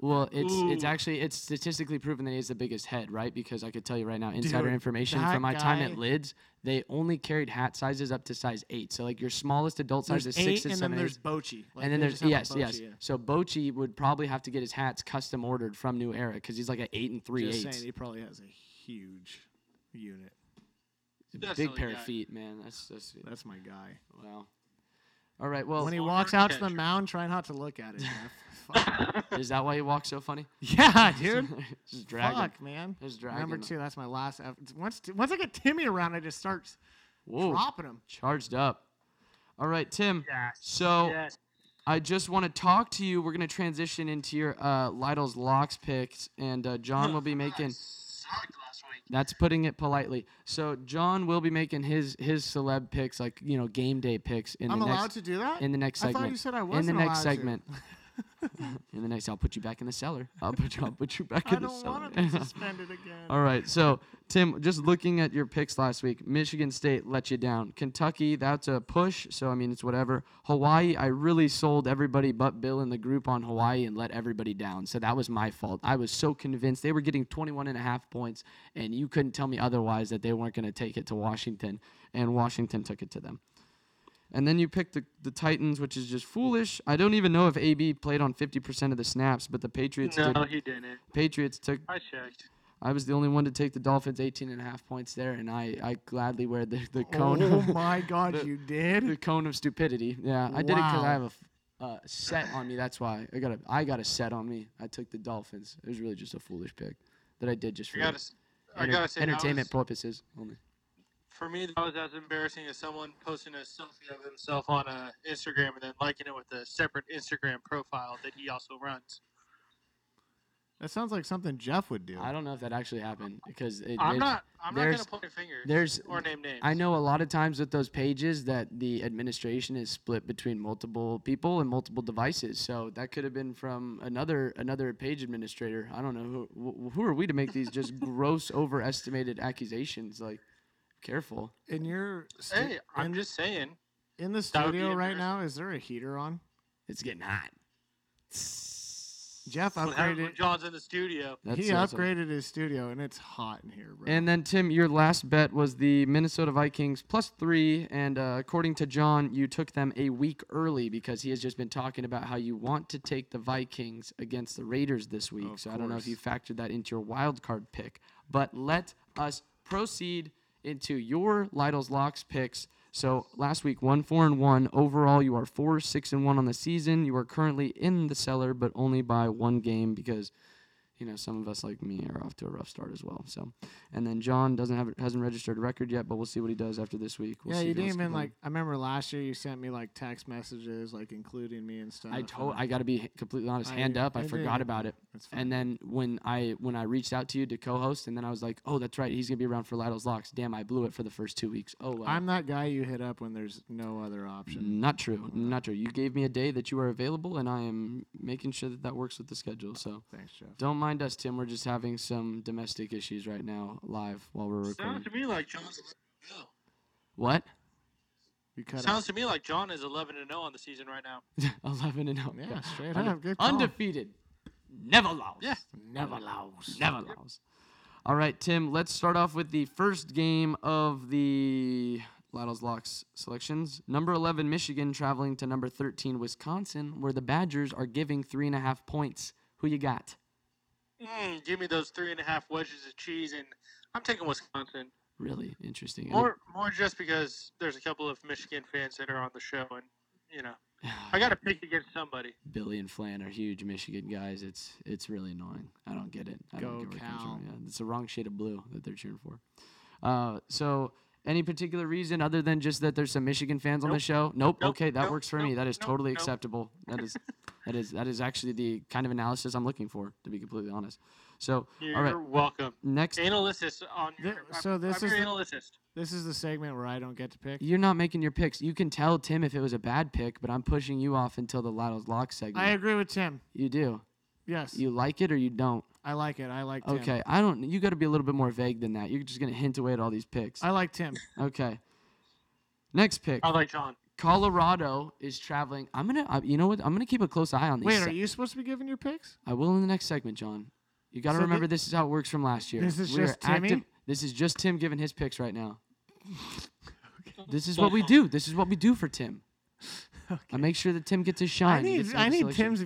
C: Well, it's it's
A: Ooh.
C: actually it's statistically proven that he has the biggest head, right? Because I could tell you right now, insider
D: Dude,
C: information
D: that
C: from my time
D: guy-
C: at Lids, they only carried hat sizes up to size eight. So like your smallest adult size
D: There's
C: is
D: eight,
C: six and
D: and then
C: seven.
D: there's
C: eights.
D: Bochy. Like,
C: and then
D: they
C: there's
D: just have a
C: yes,
D: Bochy,
C: yes.
D: yeah.
C: So Bochy would probably have to get his hats custom ordered from New Era because he's like an eight and three
D: Just
C: eighths.
D: saying, he probably has a huge unit.
A: That's
C: Big
A: the
C: pair of
A: guy.
C: feet, man. That's that's
D: That's my guy.
C: wow. All right. Well,
D: when he
A: Lord
D: walks out to the
A: catcher.
D: mound, try not to look at it. Jeff. Fuck.
C: is that why he walks so funny?
D: yeah, dude.
C: Just dragging.
D: Fuck, man.
C: Just
D: Number
C: dragging.
D: two. That's my last. F- once t- once I get Timmy around, I just start s-
C: Whoa.
D: dropping him.
C: Charged up. All right, Tim.
A: Yes,
C: So
A: yes.
C: I just want to talk to you. We're going to transition into your uh, Lytle's locks picks, and uh, John will be making.
A: Sucked last week.
C: That's putting it politely. So John will be making his his celeb picks, like you know, game day picks in
D: I'm
C: the
D: allowed
C: next
D: to do that?
C: in the next
D: I thought
C: segment.
D: you said I
C: in the
D: wasn't
C: next
D: allowed to.
C: segment. in the next, I'll put you back in the cellar. I'll put you, I'll put you back
D: I
C: in the
D: don't
C: cellar.
D: want to be suspended again.
C: All right. So, Tim, just looking at your picks last week, Michigan State let you down. Kentucky, that's a push. So, I mean, it's whatever. Hawaii, I really sold everybody but Bill in the group on Hawaii and let everybody down. So, that was my fault. I was so convinced they were getting 21 and a half points, and you couldn't tell me otherwise that they weren't going to take it to Washington, and Washington took it to them. And then you pick the, the Titans, which is just foolish. I don't even know if AB played on 50% of the snaps, but the Patriots
A: No,
C: took,
A: he didn't.
C: Patriots took
A: I checked.
C: I was the only one to take the Dolphins 18 and a half points there, and I, I gladly wear the, the cone
D: Oh my God,
C: the-
D: you did!
C: the cone of stupidity. Yeah, I did it because I
D: Wow.
C: have a f- uh, set on me. That's why I got a I got a set on me. I took the Dolphins. It was really just a foolish pick that I did just
A: I
C: for
A: gotta, s- I
C: enter-
A: gotta say, that
C: entertainment
A: was,
C: purposes only.
A: for me, that was as embarrassing as someone posting a selfie of himself on uh, Instagram and then liking it with a separate Instagram profile that he also runs.
D: That sounds like something Jeff would do.
C: I don't know if that actually happened because it,
A: I'm
C: there's-
A: not. I'm not
C: there's-
A: gonna point fingers
C: there's-
A: or name names.
C: I know a lot of times with those pages that the administration is split between multiple people and multiple devices. So that could have been from another another page administrator. I don't know who wh- who are we to make these just gross overestimated accusations like careful.
D: In your stu-
A: Hey, I'm
D: in,
A: just saying.
D: in the
A: that would be
D: studio right now, is there a heater on?
C: It's getting hot.
D: Jeff
A: What happens when
D: upgraded.
A: John's in the studio.
C: That's
D: he
C: that's a-
D: upgraded his studio, and it's hot in here, bro.
C: And then Tim, your last bet was the Minnesota Vikings plus three, and uh, according to John, you took them a week early because he has just been talking about how you want to take the Vikings against the Raiders this week.
D: Of
C: so I don't know if
D: course.
C: you factored that into your wild card pick, but let us proceed into your Lytle's locks picks. So last week, one four and one overall. You are four six and one on the season. You are currently in the cellar, but only by one game because you know, some of us like me are off to a rough start as well. So, and then John doesn't have hasn't registered a record yet, but we'll see what he does after this week. We'll
D: yeah,
C: see
D: you
C: if he wants
D: didn't
C: to
D: even
C: play.
D: like. I remember last year you sent me like text messages, like including me and stuff.
C: I told.
D: and-
C: I got to be h- completely honest.
D: I-
C: Hand up. I,
D: I
C: forgot
D: did.
C: about it.
D: That's fine.
C: And then when I when I reached out to you to co-host, and then I was like, oh, that's right, he's gonna be around for Lytle's locks. Damn, I blew it for the first two weeks. Oh well.
D: I'm that guy you hit up when there's no other option.
C: not true. Not true. You gave me a day that you are available, and I am making sure that that works with the schedule. So.
D: Thanks, Jeff.
C: Don't mind us, Tim. We're just having some domestic issues right now, live while we're recording.
A: Sounds to me like John's. 11 and
C: What?
D: You
A: 0.
D: cut out.
A: Sounds to me like John is 11 and 0 on the season right now.
C: 11 and 0.
D: Yeah,
C: Okay.
D: straight
C: Unde-
D: up. Good call.
C: Undefeated. Never lost.
A: Yeah.
D: Never lost.
C: Never lost. All right, Tim, let's start off with the first game of the Lytle's Locks selections. Number 11, Michigan, traveling to number 13, Wisconsin, where the Badgers are giving three and a half points. Who you got?
A: Mm, give me those three and a half wedges of cheese, and I'm taking Wisconsin.
C: Really interesting. And it-
A: More, more just because there's a couple of Michigan fans that are on the show, and you know, I got to pick against somebody.
C: Billy and Flan are huge Michigan guys. It's it's really annoying. I don't get it. I
D: Go
C: don't get where it comes from.
D: Cal.
C: Yeah, it's the wrong shade of blue that they're cheering for. Uh, so any particular reason other than just that there's some Michigan fans on the
A: Nope.
C: show? Nope.
A: Nope.
C: Okay, that
A: Nope.
C: works for me.
A: Nope.
C: That is
A: Nope.
C: totally
A: Nope.
C: acceptable. That is that is that is actually the kind of analysis I'm looking for, to be completely honest. So
A: You're
C: all right,
A: welcome.
C: next
A: Analysis on your.
D: Th-
A: I'm-
D: so this
A: I'm
D: is
A: your
D: the-
A: analysis.
D: This is the segment where I don't get to pick.
C: you're not making your picks. You can tell Tim if it was a bad pick, but I'm pushing you off until the Lytle's lock segment.
D: I agree with Tim.
C: you do.
D: Yes,
C: You like it or you don't.
D: I like it. I like Tim.
C: Okay, I don't. You got to be a little bit more vague than that. You're just gonna hint away at all these picks.
D: I Um, like Tim.
C: Okay. Next pick.
A: I like John.
C: Colorado is traveling. I'm gonna. Uh, you know what? I'm gonna keep a close eye on these.
D: Wait, are
C: se-
D: you supposed to be giving your picks?
C: I will in the next segment, John. You got to
D: So thi-
C: remember this is how it works from last year.
D: This is
C: are
D: just Timmy?
C: This is just Tim giving his picks right now. This is what we do. This is what we do for Tim. I make sure that Tim gets his shine.
D: I
C: He
D: need
C: gets to
D: I
C: make the
D: need
C: selection.
D: Tim's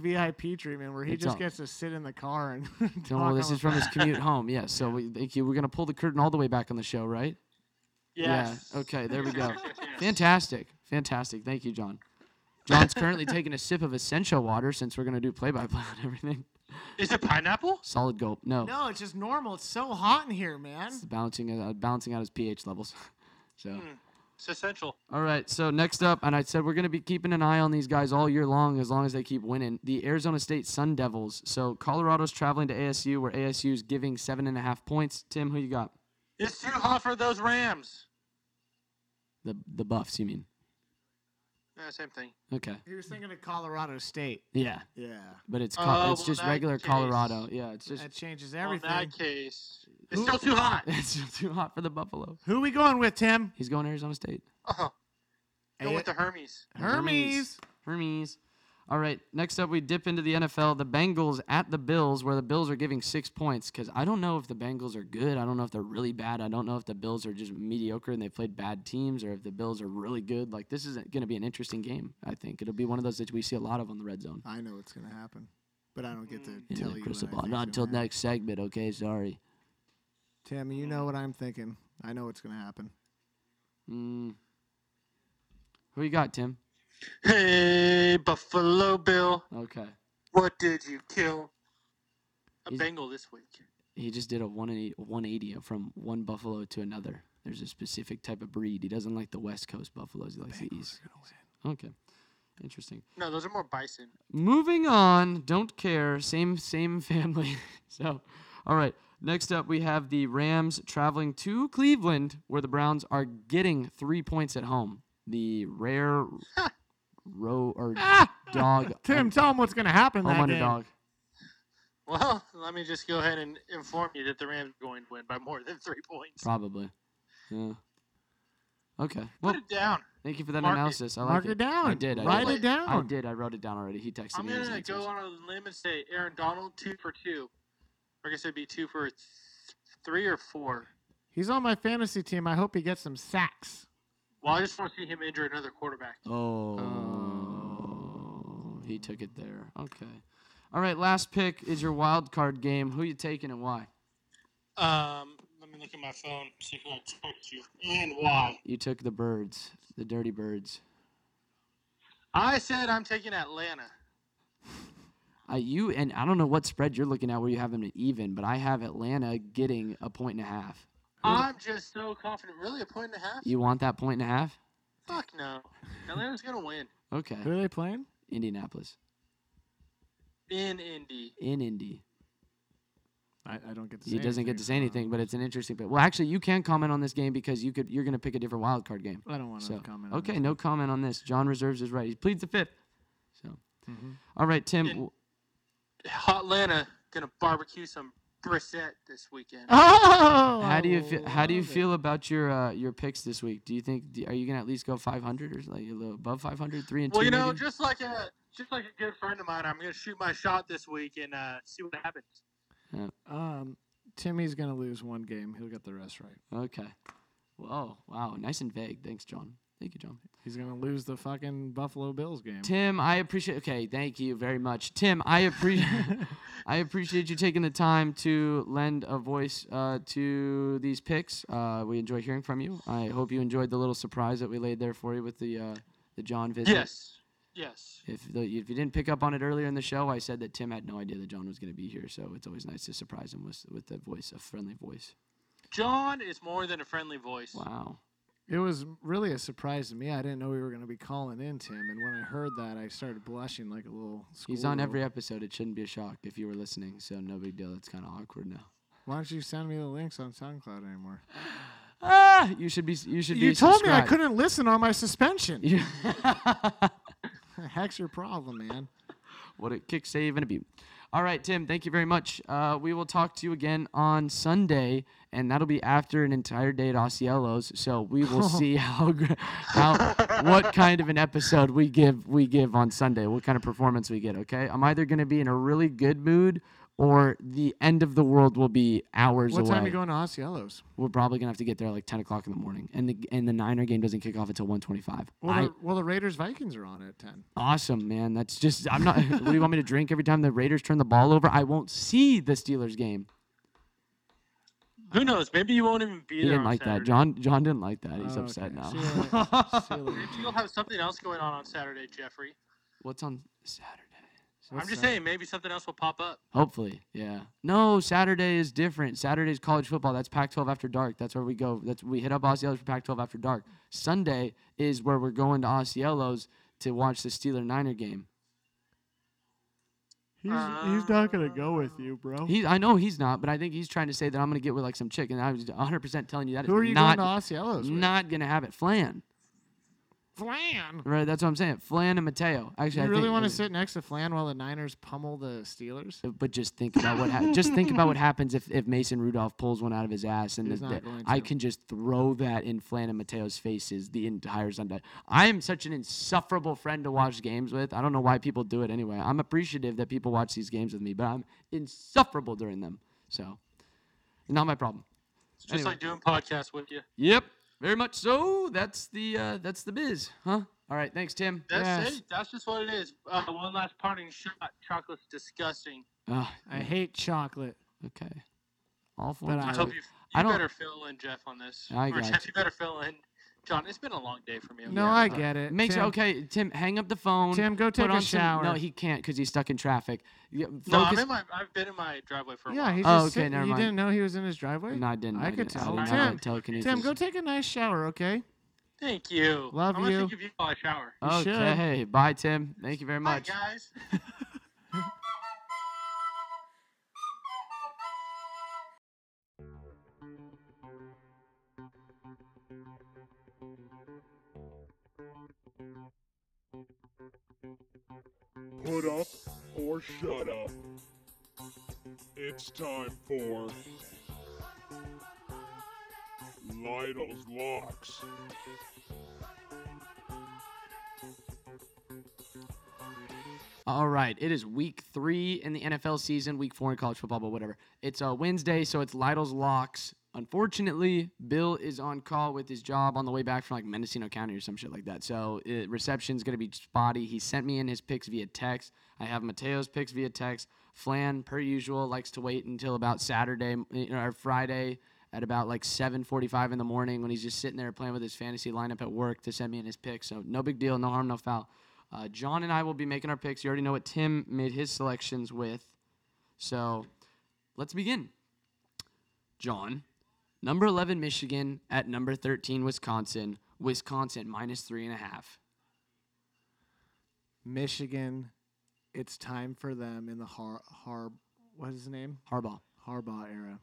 D: VIP treatment where he
C: It's
D: just
C: all-
D: gets to sit in the car and
C: Don't
D: talk
C: worry, this
D: on
C: is
D: the-
C: from his commute home. Yes. so we thank you. We're gonna pull the curtain all the way back on the show, right?
A: Yes.
C: Yeah. Okay. There we
A: Yes,
C: go.
A: yes, yes.
C: Fantastic. Fantastic. Thank you, John. John's currently taking a sip of essential water since we're going to do play by play on everything.
A: Is it pineapple?
C: Solid gulp. No.
D: No, it's just normal. It's so hot in here, man.
C: It's balancing, it out- balancing out his pH levels. so.
A: It's essential.
C: All right. So next up, and I said we're going to be keeping an eye on these guys all year long as long as they keep winning. The Arizona State Sun Devils. So Colorado's traveling to ASU, where ASU's giving seven and a half points. Tim, who you got?
A: Is Suhoff those Rams?
C: The the Buffs, you mean?
A: Yeah, Uh, same thing.
C: Okay.
D: He was thinking of Colorado State.
C: Yeah,
D: Yeah.
C: but it's co-
A: Oh, well,
C: it's just
A: in that
C: regular
A: case-
C: Colorado. Yeah, it's just
D: That changes
A: Well,
D: everything.
A: In that case, it's
D: Who-
A: still too hot.
C: it's still too hot for the Buffalo.
D: Who we going with, Tim?
C: He's going to Arizona State.
A: Oh, go
D: Eh,
A: with the Hermes.
D: Hermes.
C: Hermes. All right. Next up, we dip into the NFL. The Bengals at the Bills, where the Bills are giving six points. Because I don't know if the Bengals are good. I don't know if they're really bad. I don't know if the Bills are just mediocre and they played bad teams, or if the Bills are really good. Like this is going to be an interesting game. I think it'll be one of those that we see a lot of on the red zone.
D: I know what's gonna happen, but I don't get to
C: Yeah,
D: tell you.
C: Mm. Chris
D: what I
C: Abad-
D: think's
C: Not
D: gonna
C: until
D: happen.
C: next segment. Okay, sorry.
D: Tim, you know what I'm thinking. I know what's gonna happen.
C: Mm. Who you got, Tim?
A: Hey, Buffalo Bill,
C: Okay.
A: what did you kill? A
C: He's-
A: Bengal this week.
C: he just did a 180 180 from one buffalo to another. There's a specific type of breed. He doesn't like the West Coast buffaloes. He likes the East. Okay, interesting.
A: No, those are more bison.
C: Moving on. Don't care. Same same family. so, all right. Next up, we have the Rams traveling to Cleveland, where the Browns are getting three points at home. The rare row or dog
D: Ah! Tim, tell him what's gonna happen.
C: home underdog.
A: Well, let me just go ahead and inform you that the Rams are going to win by more than three points.
C: Probably. Yeah. Okay. Well,
A: Put it down.
C: Thank you for that
A: Mark it.
C: analysis. I like
D: Mark it down.
C: I did. I
D: Write
C: did.
D: it
C: I
D: down.
C: did. I wrote it down already. He texted
A: I'm
C: me. his
A: gonna
C: answers.
A: go on a limb and say Aaron Donald two for two. I guess it'd be two for th- three or four.
D: He's on my fantasy team. I hope he gets some sacks.
A: Well, I just want to see him injure another quarterback.
C: Oh, he took it there. Okay. All right. Last pick is your wild card game. Who you taking and why?
A: Um, let me look at my phone. See who I text you and why.
C: You took the birds, the dirty birds.
A: I said I'm taking Atlanta.
C: Uh, you and I don't know what spread you're looking at where you have them even, but I have Atlanta getting a point and a half.
A: I'm just so confident. Really, a point and a half?
C: You want that point and a half?
A: Fuck no. Atlanta's gonna win
C: Okay.
D: Who are they playing?
C: Indianapolis
A: in Indy.
C: in Indy.
D: I, I don't get to.
C: he doesn't get to say anything, but it's an interesting pick. Well, actually, you can comment on this game because you could you're going to pick a different wild card game.
D: I don't want to
C: So
D: comment.
C: okay, no comment on this. John reserves his right. He pleads the fifth. So,
D: Mhm.
C: all right, Tim.
A: And-
C: w-
A: Atlanta gonna barbecue some brissette this weekend.
D: Oh.
C: How do you feel? How do you feel about your uh, your picks this week? Do you think do, are you gonna at least go 500 or like a little above 500, three and
A: Well,
C: two?
A: you know,
C: maybe?
A: just like a just like a good friend of mine, I'm gonna shoot my shot this week and uh, see what happens.
D: Um, Timmy's gonna lose one game. He'll get the rest right.
C: okay. Whoa, wow, nice and vague. Thanks, John. Thank you, John.
D: He's gonna lose the fucking Buffalo Bills game.
C: Tim, I appreciate. Okay, thank you very much, Tim. I appreciate. I appreciate you taking the time to lend a voice uh, to these picks. Uh, we enjoy hearing from you. I hope you enjoyed the little surprise that we laid there for you with the uh, the John visit.
A: Yes, yes.
C: If the, if you didn't pick up on it earlier in the show, I said that Tim had no idea that John was going to be here, so it's always nice to surprise him with with a voice, a friendly voice.
A: John is more than a friendly voice.
C: Wow.
D: It was really a surprise to me. I didn't know we were gonna be calling in Tim, and when I heard that, I started blushing like a little.
C: He's on
D: schoolgirl.
C: every episode. It shouldn't be a shock if you were listening, so no big deal. It's kind of awkward now.
D: Why don't you send me the links on SoundCloud anymore?
C: Ah, you should be. You should be.
D: You told me I
C: subscribed.
D: couldn't listen on my suspension.
C: You-
D: Heck's your problem, man.
C: what a kick save and a beat. All right, Tim, thank you very much. Uh, we will talk to you again on Sunday, and that'll be after an entire day at Osceola's. So we will see how, gr- how what kind of an episode we give we give on Sunday, what kind of performance we get. Okay, I'm either going to be in a really good mood, or the end of the world will be hours
D: What
C: away.
D: time are you going to Osceola's?
C: We're probably going to have to get there at like 10 o'clock in the morning, and the and the Niner game doesn't kick off until 1:25.
D: Well,
C: I-
D: the, well, the Raiders Vikings are on at ten.
C: Awesome, man. That's just I'm not. what do you want me to drink every time the Raiders turn the ball over? I won't see the Steelers game.
A: Who knows? Maybe you won't even be
C: He
A: there.
C: didn't
A: on
C: like that.
A: Saturday.
C: John John didn't like that. He's
D: Oh,
C: upset
D: okay.
C: now.
D: See you later. See you later.
A: Maybe you'll have something else going on on Saturday, Jeffrey.
C: What's on Saturday?
D: What's
A: I'm just
D: that?
A: saying, maybe something else will pop up.
C: Hopefully, yeah. No, Saturday is different. Saturday's college football. That's Pac-12 after dark. That's where we go. That's we hit up Osceola's for Pac-12 after dark. Sunday is where we're going to Osceola's to watch the Steeler Niner game.
D: He's, he's not gonna go with you, bro.
C: He, I know he's not, but I think he's trying to say that I'm gonna get with like some chick, and I was 100 percent telling you that
D: Who
C: is
D: are you
C: not
D: going to Osceola's with?
C: not gonna have it. Flan,
D: Flan.
C: right? That's what I'm saying. Flan and Mateo. Actually,
D: You
C: I
D: really
C: think-
D: want to sit next to Flan while the Niners pummel the Steelers?
C: But just think about what hap just think about what happens if, if Mason Rudolph pulls one out of his ass, and
D: He's
C: the-
D: not
C: the-
D: going
C: I
D: to.
C: can just throw that in Flan and Mateo's faces the entire Sunday. I am such an insufferable friend to watch games with. I don't know why people do it anyway. I'm appreciative that people watch these games with me, but I'm insufferable during them. So, not my problem.
A: It's just like doing podcasts with you.
C: Yep, very much so. That's the uh, that's the biz, huh? All right, thanks, Tim.
A: That's
D: Yes.
A: it. That's just what it is. Uh, one last parting shot. Chocolate's disgusting.
C: Uh,
D: I hate chocolate.
C: okay, all
D: But
C: forms.
A: I
C: of-
A: hope you, you
C: I don't-
A: better fill in Jeff on this.
C: I
A: or
C: got
A: Jeff,
C: you.
A: you. better fill in. John, it's been a long day for me.
D: No, I get it.
C: Makes
D: Tim,
C: okay, Tim. Hang up the phone.
D: Tim, go
C: put
D: take a
C: on some- no,
D: shower.
C: he can't because he's stuck in traffic. Yeah,
A: No, I'm
C: focus-
A: in my, I've been in my driveway for a
D: Yeah,
A: while.
D: he's
C: Oh,
D: just
C: okay,
D: sitting-
C: never
D: You
C: mind.
D: didn't know he was in his driveway?
C: no, I didn't.
D: I could
C: didn't-
D: tell.
C: I didn't have
D: Tim,
C: that telekinesis.
D: Tim, go take a nice shower, okay?
A: Thank you.
D: Love
A: I'm gonna
D: you.
A: think of you while I shower.
D: You should.
C: Okay, bye, Tim. Thank you very
A: Bye,
C: much.
A: guys.
F: Put up or shut up. It's time for Lidle's Locks.
C: All right, it is week three in the NFL season, week four in college football, but whatever. It's uh, Wednesday, so it's Lidle's locks. Unfortunately, Bill is on call with his job on the way back from like Mendocino County or some shit like that. So uh reception's gonna be spotty. He sent me in his picks via text. I have Mateo's picks via text. Flan, per usual, likes to wait until about Saturday m- you know, or Friday at about like 7:45 in the morning when he's just sitting there playing with his fantasy lineup at work to send me in his picks. So no big deal, no harm, no foul. Uh, John and I will be making our picks. You already know what Tim made his selections with. So let's begin. John, number 11, Michigan, at number 13, Wisconsin. Wisconsin, minus three and a half.
D: Michigan, it's time for them in the Har Har what is his name?
C: Harbaugh.
D: Harbaugh era.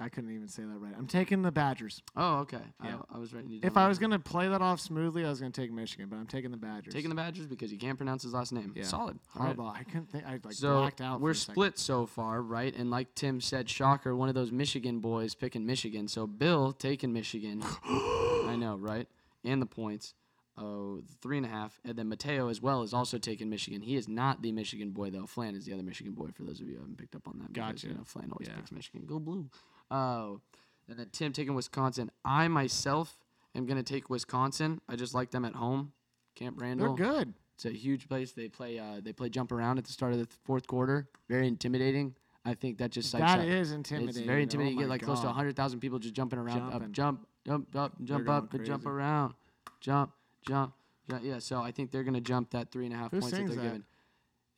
D: I couldn't even say that right. I'm taking the Badgers.
C: Oh, okay.
D: Yeah.
C: I, I was writing you down.
D: If I was gonna play that off smoothly, I was gonna take Michigan, but I'm taking the Badgers.
C: Taking the Badgers because you can't pronounce his last name.
D: Yeah.
C: Solid. All right.
D: Harbaugh. I couldn't think. I like
C: so
D: blacked out. for
C: we're
D: a second.
C: split so far, right? And like Tim said, shocker, one of those Michigan boys picking Michigan. So Bill taking Michigan. I know, right? And the points. Oh, three and a half. And then Mateo as well is also taking Michigan. He is not the Michigan boy though. Flan is the other Michigan boy. For those of you who haven't picked up on that, because, You
D: Gotcha.
C: know, Flan always
D: Yeah.
C: picks Michigan. Go blue. Oh, and then Tim taking Wisconsin. I myself am gonna take Wisconsin. I just like them at home. Camp
D: They're
C: Randall.
D: good.
C: It's a huge place. They play. Uh, they play jump around at the start of the th- fourth quarter. Very intimidating. I think that just psychs
D: That
C: up.
D: is intimidating.
C: It's very intimidating.
D: Oh
C: you
D: my
C: get like close to
D: God.
C: hundred thousand people just jumping around. Up,
D: Jumping.
C: jump, jump, up, jump
D: going
C: up, and jump
D: crazy.
C: around, jump, jump, jump. Yeah. So I think they're gonna jump that three and a half
D: Who
C: points that
D: sings
C: they're
D: that?
C: given.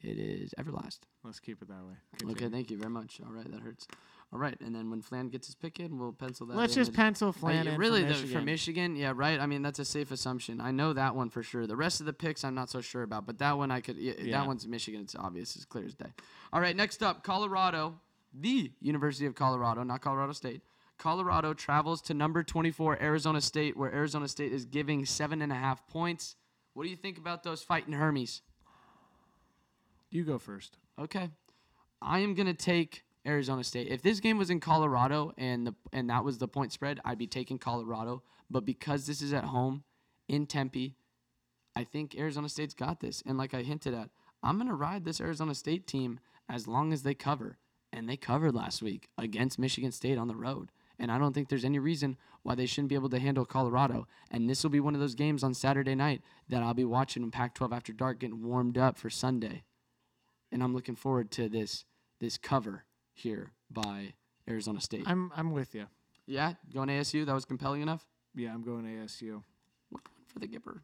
C: It is Everlast.
D: Let's keep it that way.
C: Okay.
D: Continue.
C: Thank you very much. All right. That hurts. All right. And then when Flan gets his pick in, we'll pencil that.
D: Let's
C: in
D: just
C: and-
D: pencil
C: I-
D: Flan in
C: really
D: for
C: the-
D: Michigan.
C: for Michigan, yeah, right. I mean, that's a safe assumption. I know that one for sure. The rest of the picks, I'm not so sure about, but that one I could. Yeah,
D: Yeah.
C: That one's Michigan. It's obvious. It's clear as day. All right, next up, Colorado, the University of Colorado, not Colorado State. Colorado travels to number 24 Arizona State, where Arizona State is giving seven and a half points. What do you think about those fighting Hermes?
D: You go first.
C: Okay. I am gonna take Arizona State. If this game was in Colorado and the and that was the point spread, I'd be taking Colorado. But because this is at home in Tempe, I think Arizona State's got this. And like I hinted at, I'm gonna ride this Arizona State team as long as they cover. And they covered last week against Michigan State on the road. And I don't think there's any reason why they shouldn't be able to handle Colorado. And this will be one of those games on Saturday night that I'll be watching in Pac 12 after dark getting warmed up for Sunday and I'm looking forward to this this cover here by Arizona State.
D: I'm I'm with you.
C: yeah, going ASU. That was compelling enough
D: Yeah, I'm going ASU.
C: One point for the Gipper.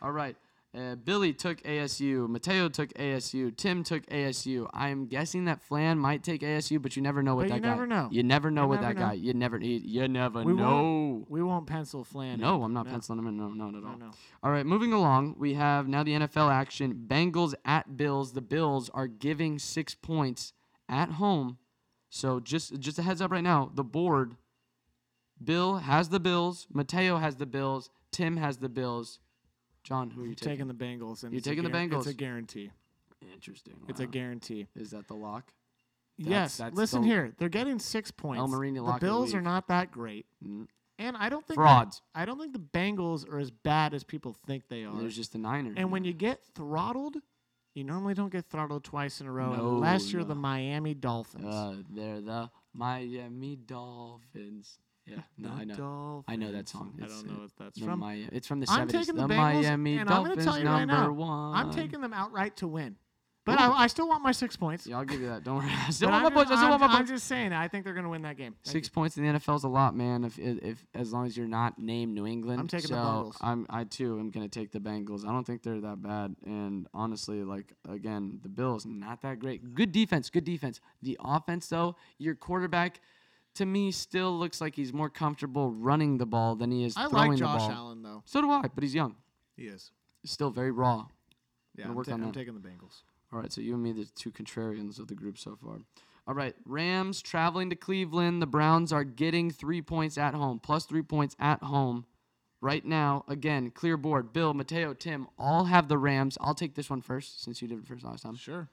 C: All right, Uh, Billy took ASU. Mateo took ASU. Tim took ASU. I am guessing that Flan might take ASU, but you never know what that
D: But you
C: guy.
D: never know.
C: You never know
D: You
C: what
D: never
C: that
D: know.
C: guy. You never. You, you never
D: We
C: know.
D: won't, we won't pencil Flan. in.
C: No, I'm not
D: No.
C: penciling him in. No, not at all.
D: no.
C: All right, moving along. We have now the NFL action. Bengals at Bills. The Bills are giving six points at home. So just just a heads up right now. The board. Bill has the Bills. Mateo has the Bills. Tim has the Bills. John, who are you taking?
D: taking the Bengals. And
C: You're
D: it's a
C: taking the
D: guar-
C: Bengals.
D: It's a guarantee.
C: Interesting.
D: It's a
C: wow.
D: guarantee.
C: Is that the lock?
D: yes.
C: that's
D: listen
C: the-
D: here. They're getting six points.
C: Marini
D: the
C: lock of the
D: Bills are
C: week.
D: not that great.
C: Mm.
D: And I don't think the-
C: Frauds.
D: I don't think the Bengals are as bad as people think they are.
C: There's Oh, just the Niners.
D: and when
C: now.
D: you get throttled, you normally don't get throttled twice in a row
C: No,
D: unless you're
C: no.
D: the Miami Dolphins.
C: uh, they're the Miami Dolphins. Yeah, no, I know. I know that
D: Dolphins.
C: song.
D: I
C: It's,
D: don't know
C: uh,
D: what that's
C: The
D: from.
C: Mi- it's from the
D: I'm
C: 70s.
D: taking the Bengals,
C: Miami
D: and I'm gonna
C: Dolphins
D: tell you right
C: number
D: now,
C: one.
D: I'm taking them outright to win. But I, I still want my six points.
C: Yeah, I'll give you that. Don't worry. I still
D: But
C: want my
D: I'm
C: points. I
D: just-
C: still want
D: I'm-
C: my
D: I'm
C: points.
D: just saying, I think they're going to win that game. Thank
C: Six
D: you.
C: points in the NFL is a lot, man. If, if, if as long as you're not named New England,
D: I'm taking
C: so
D: the Bengals.
C: I'm I too am gonna take the Bengals. I don't think they're that bad. And honestly, like again, the Bills not that great. Good defense, good defense. The offense though, your quarterback, to me, still looks like he's more comfortable running the ball than he is
D: I
C: throwing
D: like
C: the
D: Josh
C: ball.
D: Allen though.
C: So do I, but he's young.
D: He is.
C: Still very raw.
D: Yeah,
C: Gonna
D: I'm,
C: work
D: ta-
C: on
D: I'm
C: that.
D: taking the Bengals.
C: All right, so you and me, the two contrarians of the group so far. All right, Rams traveling to Cleveland. The Browns are getting three points at home, plus three points at home. Right now, again, clear board. Bill, Mateo, Tim, all have the Rams. I'll take this one first since you did it first last time.
D: Sure.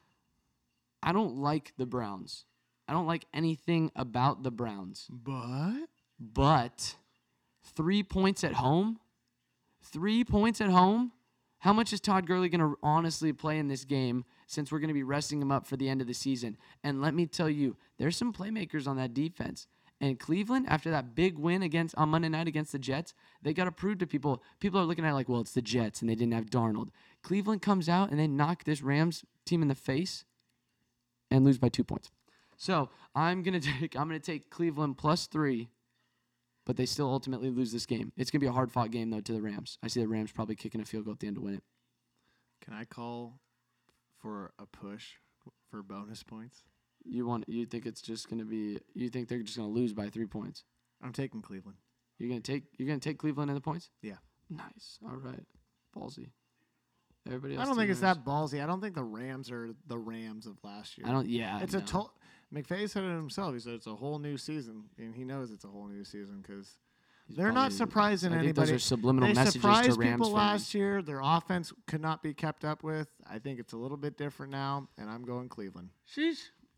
C: I don't like the Browns. I don't like anything about the Browns.
D: But
C: But three points at home? Three points at home? How much is Todd Gurley going to honestly play in this game since we're going to be resting him up for the end of the season? And let me tell you, there's some playmakers on that defense. And Cleveland, after that big win against on Monday night against the Jets, they got to prove to people. People are looking at it like, well, it's the Jets, and they didn't have Darnold. Cleveland comes out and they knock this Rams team in the face and lose by two points. So I'm gonna take I'm gonna take Cleveland plus three, but they still ultimately lose this game. It's gonna be a hard fought game though to the Rams. I see the Rams probably kicking a field goal at the end to win it.
D: can I call for a push for bonus points?
C: You want you think it's just gonna be you think they're just gonna lose by three points.
D: I'm taking Cleveland.
C: You're gonna take you're gonna take Cleveland in the points?
D: Yeah.
C: Nice. All right. Ballsy. Everybody else.
D: I don't
C: take
D: think it's
C: Rams?
D: that ballsy. I don't think the Rams are the Rams of last year.
C: I don't yeah.
D: It's
C: no.
D: a to- McVay said it himself. He said it's a whole new season, and he knows it's a whole new season because
C: He's
D: they're not
C: probably-
D: surprising
C: I think
D: anybody.
C: Those are subliminal
D: they
C: messages to Rams
D: surprised people
C: fans.
D: last year. Their offense could not be kept up with. I think it's a little bit different now, and I'm going Cleveland.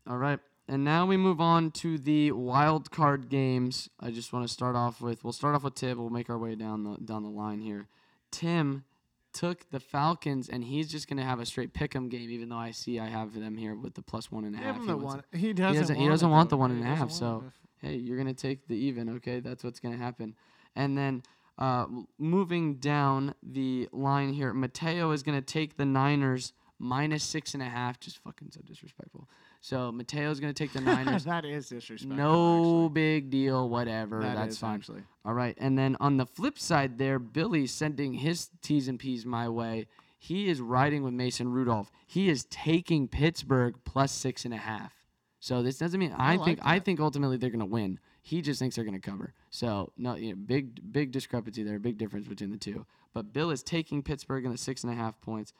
C: All right. And now we move on to the wild card games. I just want to start off with we'll start off with Tim. We'll make our way down the down the line here. Tim took the Falcons and he's just gonna have a straight pick 'em game, even though I see I have them here with the plus one and a
D: Give
C: half.
D: him
C: He
D: the
C: wants-
D: one. He
C: he
D: doesn't.
C: doesn't, he
D: want it,
C: doesn't want
D: though.
C: the one
D: He
C: and a half.
D: doesn't want
C: So
D: it.
C: hey, you're gonna take the even. Okay, that's what's gonna happen. And then uh, m- moving down the line here, Mateo is gonna take the Niners minus six and a half. Just fucking so disrespectful. So Mateo is gonna take the Niners.
D: that is disrespectful.
C: no big deal. Whatever.
D: actually. That
C: that's
D: is
C: fine.
D: Actually.
C: All right. And then on the flip side there, Billy sending his T's and P's my way. He is riding with Mason Rudolph. He is taking Pittsburgh plus six and a half. So this doesn't mean I,
D: like
C: think I
D: that.
C: think ultimately they're gonna win. He just thinks they're gonna cover. So no you know, big big discrepancy there, big difference between the two. But Bill is taking Pittsburgh in the six and a half points.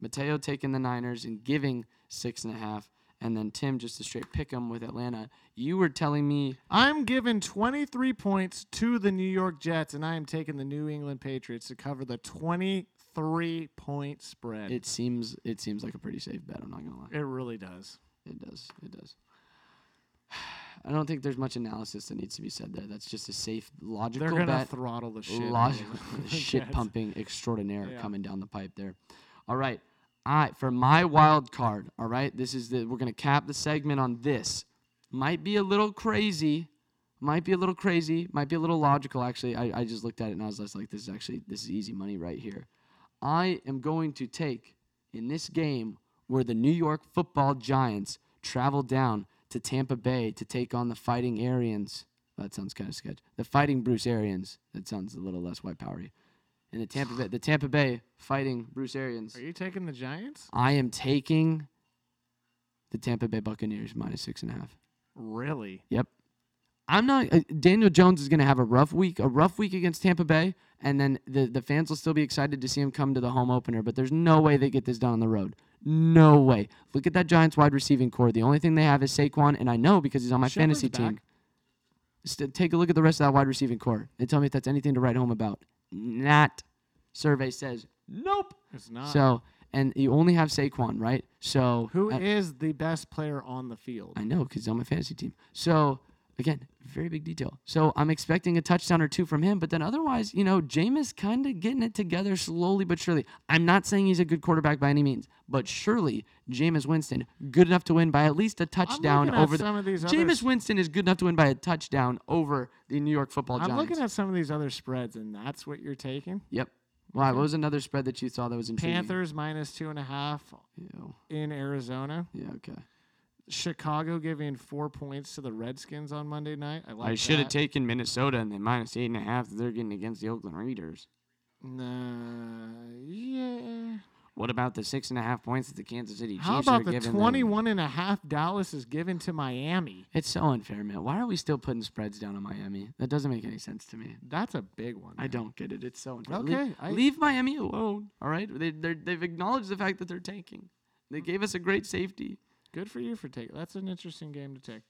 C: Mateo taking the Niners and giving six and a half. And then Tim just a straight pick 'em with Atlanta. You were telling me
D: I'm giving 23 points to the New York Jets, and I am taking the New England Patriots to cover the 23 point spread.
C: It seems it seems like a pretty safe bet. I'm not gonna lie.
D: it really does.
C: It does. It does. I don't think there's much analysis that needs to be said there. That's just a safe,
D: They're
C: logical
D: gonna
C: bet.
D: throttle the shit. out of
C: Logical,
D: the
C: shit
D: Jets.
C: pumping extraordinaire
D: Yeah.
C: coming down the pipe there. All right, I for my wild card. All right, this is the we're gonna cap the segment on this. Might be a little crazy. Might be a little crazy. Might be a little logical. Actually, I, I just looked at it and I was just like, this is actually this is easy money right here. I am going to take in this game where the New York football giants travel down to Tampa Bay to take on the fighting Arians. That sounds kind of sketch. The fighting Bruce Arians. That sounds a little less white powery. and the Tampa Bay, the Tampa Bay fighting Bruce Arians.
D: Are you taking the Giants?
C: I am taking the Tampa Bay Buccaneers minus six and a half.
D: Really?
C: Yep. I'm not. Uh, Daniel Jones is going to have a rough week, a rough week against Tampa Bay, and then the the fans will still be excited to see him come to the home opener. But there's no way they get this done on the road. No way. Look at that Giants wide receiving core. The only thing they have is Saquon, and I know because he's on my
D: Shepard's
C: fantasy team.
D: back.
C: St- take a look at the rest of that wide receiving core and tell me if that's anything to write home about. Not. Survey says nope.
D: It's not.
C: So and you only have Saquon, right? So
D: Who is
C: uh,
D: the best player on the field?
C: I know because he's on my fantasy team. So again, very big detail. So I'm expecting a touchdown or two from him, but then otherwise, you know, Jameis kind of getting it together slowly but surely. I'm not saying he's a good quarterback by any means, but surely Jameis Winston good enough to win by at least a touchdown
D: looking at
C: over the,
D: some of these other
C: Jameis
D: s-
C: Winston is good enough to win by a touchdown over the New York Football
D: I'm
C: Giants.
D: looking at some of these other spreads, and that's what you're taking.
C: yep. Why? What was another spread that you saw that was intriguing?
D: Panthers minus two and a half
C: Ew.
D: in Arizona.
C: Yeah. Okay.
D: Chicago giving four points to the Redskins on Monday night. I, like
C: I should have
D: that.
C: taken Minnesota and then minus eight and a half. They're getting against the Oakland Raiders.
D: Nah, yeah.
C: What about the six and a half points that the Kansas City Chiefs
D: How
C: are
D: about the
C: giving
D: 21 and a half Dallas is given to Miami?
C: It's so unfair, man. Why are we still putting spreads down on Miami? That doesn't make any sense to me.
D: That's a big one.
C: I
D: man.
C: don't get it. It's so unfair. Le-
D: Okay, I-
C: leave Miami alone. All right, they they're- they've acknowledged the fact that they're tanking. They gave us a great safety.
D: Good for you for taking. That's an interesting game to take.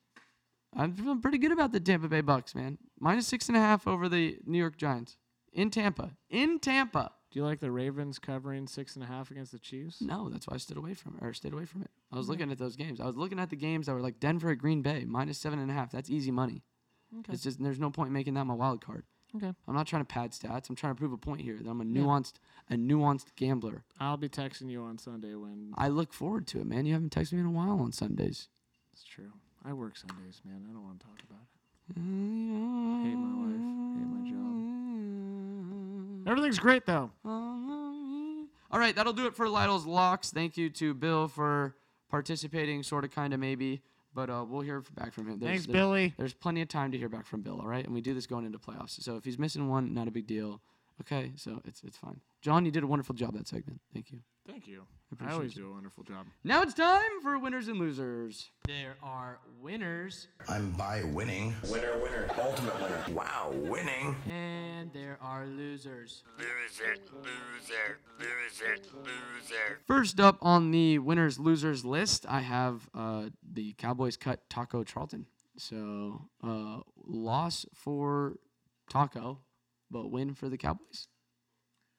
C: I'm feeling pretty good about the Tampa Bay Bucks, man. Minus six and a half over the New York Giants in Tampa. In Tampa.
D: Do you like the Ravens covering six and a half against the Chiefs?
C: No, that's why I stood away from it, or stayed away from it. I was looking at those games. I was looking at the games that were like Denver at Green Bay, minus seven and a half. That's easy money. It's just there's no point making that my wild card.
D: Okay.
C: I'm not trying to pad stats. I'm trying to prove a point here that I'm a nuanced, a nuanced gambler.
D: I'll be texting you on Sunday when
C: I look forward to it, man. You haven't texted me in a while on Sundays.
D: it's true. I work Sundays, man. I don't want to talk about it.
C: Hate my
D: Hate my wife. Hate my job.
C: job.
D: Everything's great though.
C: All right, that'll do it for Lytle's locks. Thank you to Bill for participating, sort of, kind of, maybe. But uh, we'll hear back from him. There's,
D: Thanks,
C: there's-
D: Billy.
C: There's plenty of time to hear back from Bill. All right, and we do this going into playoffs. So if he's missing one, not a big deal. Okay, so it's it's fine. John, you did a wonderful job that segment. Thank you.
D: Thank you. I
C: appreciate
D: always do a wonderful job.
C: Now it's time for winners and losers. There are winners
G: I'm by winning. Winner, winner, ultimate winner. Wow, winning.
C: and there are losers. Loser, loser, loser, loser. First up on the winners losers list, I have uh, the Cowboys cut Taco Charlton. So uh, loss for Taco, but win for the Cowboys.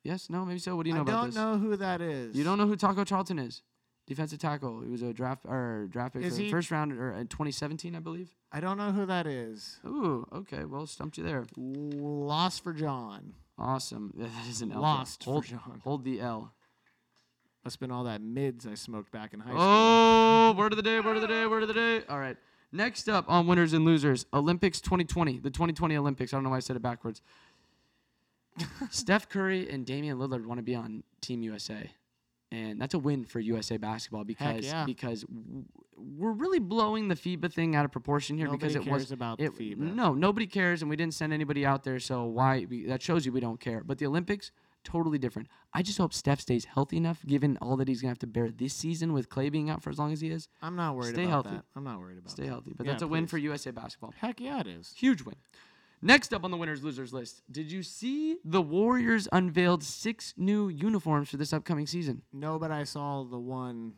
C: Yes, no, maybe so. What do you know
D: I
C: about
D: don't
C: this?
D: know who that is.
C: You don't know who Taco Charlton is? Defensive tackle. He was a draft or draft pick
D: Is
C: for the
D: he-
C: first round or in 2017, I believe.
D: I don't know who that is.
C: Ooh, okay. Well, stumped you there.
D: Lost for John.
C: Awesome. That is an L.
D: Lost for
C: hold,
D: John.
C: Hold the L.
D: Must have been all that mids I smoked back in high school.
C: Oh, word of the day, word of the day, word of the day. All right. Next up on winners and losers, Olympics 2020, the 2020 Olympics. I don't know why I said it backwards. Steph Curry and Damian Lillard want to be on Team USA. And that's a win for USA basketball because
D: yeah.
C: because w- we're really blowing the FIBA thing out of proportion here because it
D: Nobody
C: was
D: cares about the
C: it-
D: FIBA.
C: No, nobody cares, and we didn't send anybody out there, so why? We, that shows you we don't care. But the Olympics, totally different. I just hope Steph stays healthy enough, given all that he's gonna have to bear this season with Clay being out for as long as he is.
D: I'm not worried
C: Stay
D: about
C: healthy.
D: that. I'm not worried about
C: Stay
D: that.
C: healthy. But
D: Yeah,
C: that's a win
D: please.
C: for USA basketball.
D: Heck yeah, it is.
C: Huge win. Next up on the winners losers list, did you see the Warriors unveiled six new uniforms for this upcoming season?
D: No, but I saw the one.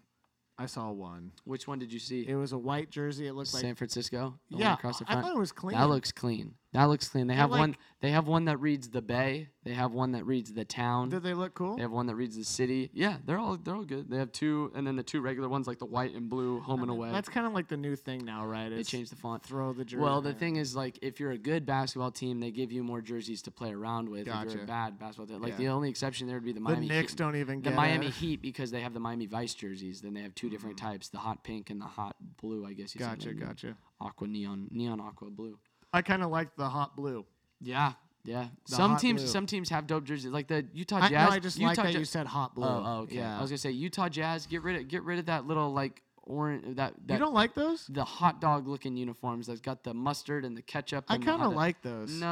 D: I saw one.
C: Which one did you see?
D: It was a white jersey. It looked like
C: San Francisco. the one
D: Yeah,
C: across the
D: I
C: front.
D: thought it was clean.
C: That looks clean. That looks clean. They have one.
D: like-
C: They have one that reads the bay. They have one that reads the town.
D: Did they look cool?
C: They have one that reads the city. Yeah, they're all they're all good. They have two, and then the two regular ones like the white and blue, home and away.
D: That's kind of like the new thing now, right?
C: they
D: It's
C: changed the font.
D: throw the jersey.
C: Well, the thing is, like, if you're a good basketball team, they give you more jerseys to play around with. If you're
D: Gotcha.
C: a bad basketball team, like
D: Yeah.
C: the only exception there would be the Miami.
D: Knicks
C: Heat.
D: don't even
C: the
D: get
C: Miami
D: it. Mm.
C: Heat because they have the Miami Vice jerseys. Then they have two different types: the hot pink and the hot blue. I guess. You said,
D: Gotcha,
C: like,
D: gotcha.
C: Aqua neon, neon aqua blue.
D: I kind of like the hot blue.
C: Yeah, yeah.
D: The
C: some
D: hot
C: teams,
D: blue.
C: some teams have dope jerseys, like the Utah
D: I,
C: Jazz.
D: no, I just
C: Utah
D: like that
C: Ja-
D: you said hot blue.
C: Oh, oh, okay.
D: Yeah.
C: I was gonna say Utah Jazz. Get rid of, get rid of that little like orange. That, that
D: you don't like those?
C: the hot dog looking uniforms that's got the mustard and the ketchup.
D: I
C: and the hot
D: kind of
C: dog-
D: like those.
C: No,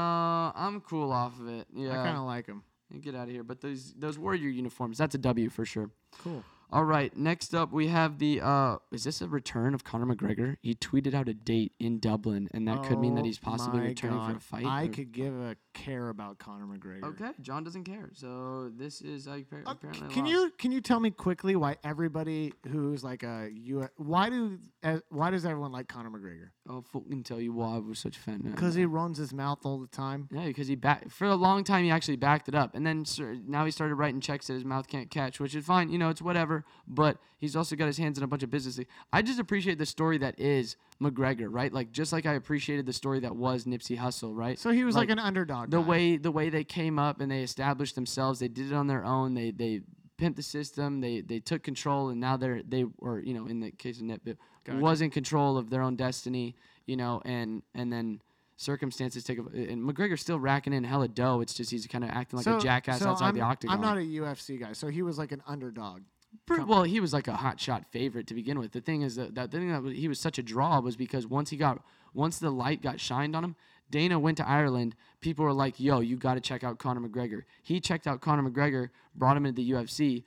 C: I'm cool off of it. Yeah,
D: I kind of like them.
C: And get out of here. But those those warrior uniforms, that's a W for sure.
D: Cool.
C: All right, next up we have the uh is this a return of Conor McGregor? He tweeted out a date in Dublin and that could mean that
D: Oh
C: he's possibly
D: my
C: returning for a
D: God.
C: fight.
D: I
C: or-
D: could give a care about Conor McGregor.
C: Okay, John doesn't care. So this is I appar-
D: Uh,
C: apparently I
D: can
C: lost.
D: you can you tell me quickly why everybody who's like a U. Why do uh, why does everyone like Conor McGregor?
C: I'll fucking Oh, tell you why I was such a fan. of
D: Because
C: him.
D: he runs his mouth all the time.
C: No, because he back for a long time he actually backed it up, and then sir, now he started writing checks that his mouth can't catch, which is fine. You know, it's whatever. But he's also got his hands in a bunch of business. things. I just appreciate the story that is McGregor, right? Like just like I appreciated the story that was Nipsey Hussle, right?
D: So he was like, an underdog.
C: the
D: guy.
C: way the way they came up and they established themselves. They did it on their own. They they pimped the system. They they took control, and now they're they were you know in the case of Nip was in control of their own destiny. You know, and and then circumstances take. a- And McGregor's still racking in hella dough. It's just he's kind of acting like a jackass
D: so
C: outside
D: I'm,
C: the octagon. Oh.
D: I'm not a UFC guy, so he was like an underdog.
C: Pretty, well, he was like a hot shot favorite to begin with. The thing is that, that the thing that he was such a draw was because once he got once the light got shined on him, Dana went to Ireland. People were like, "Yo, you got to check out Conor McGregor." He checked out Conor McGregor, brought him into the UFC,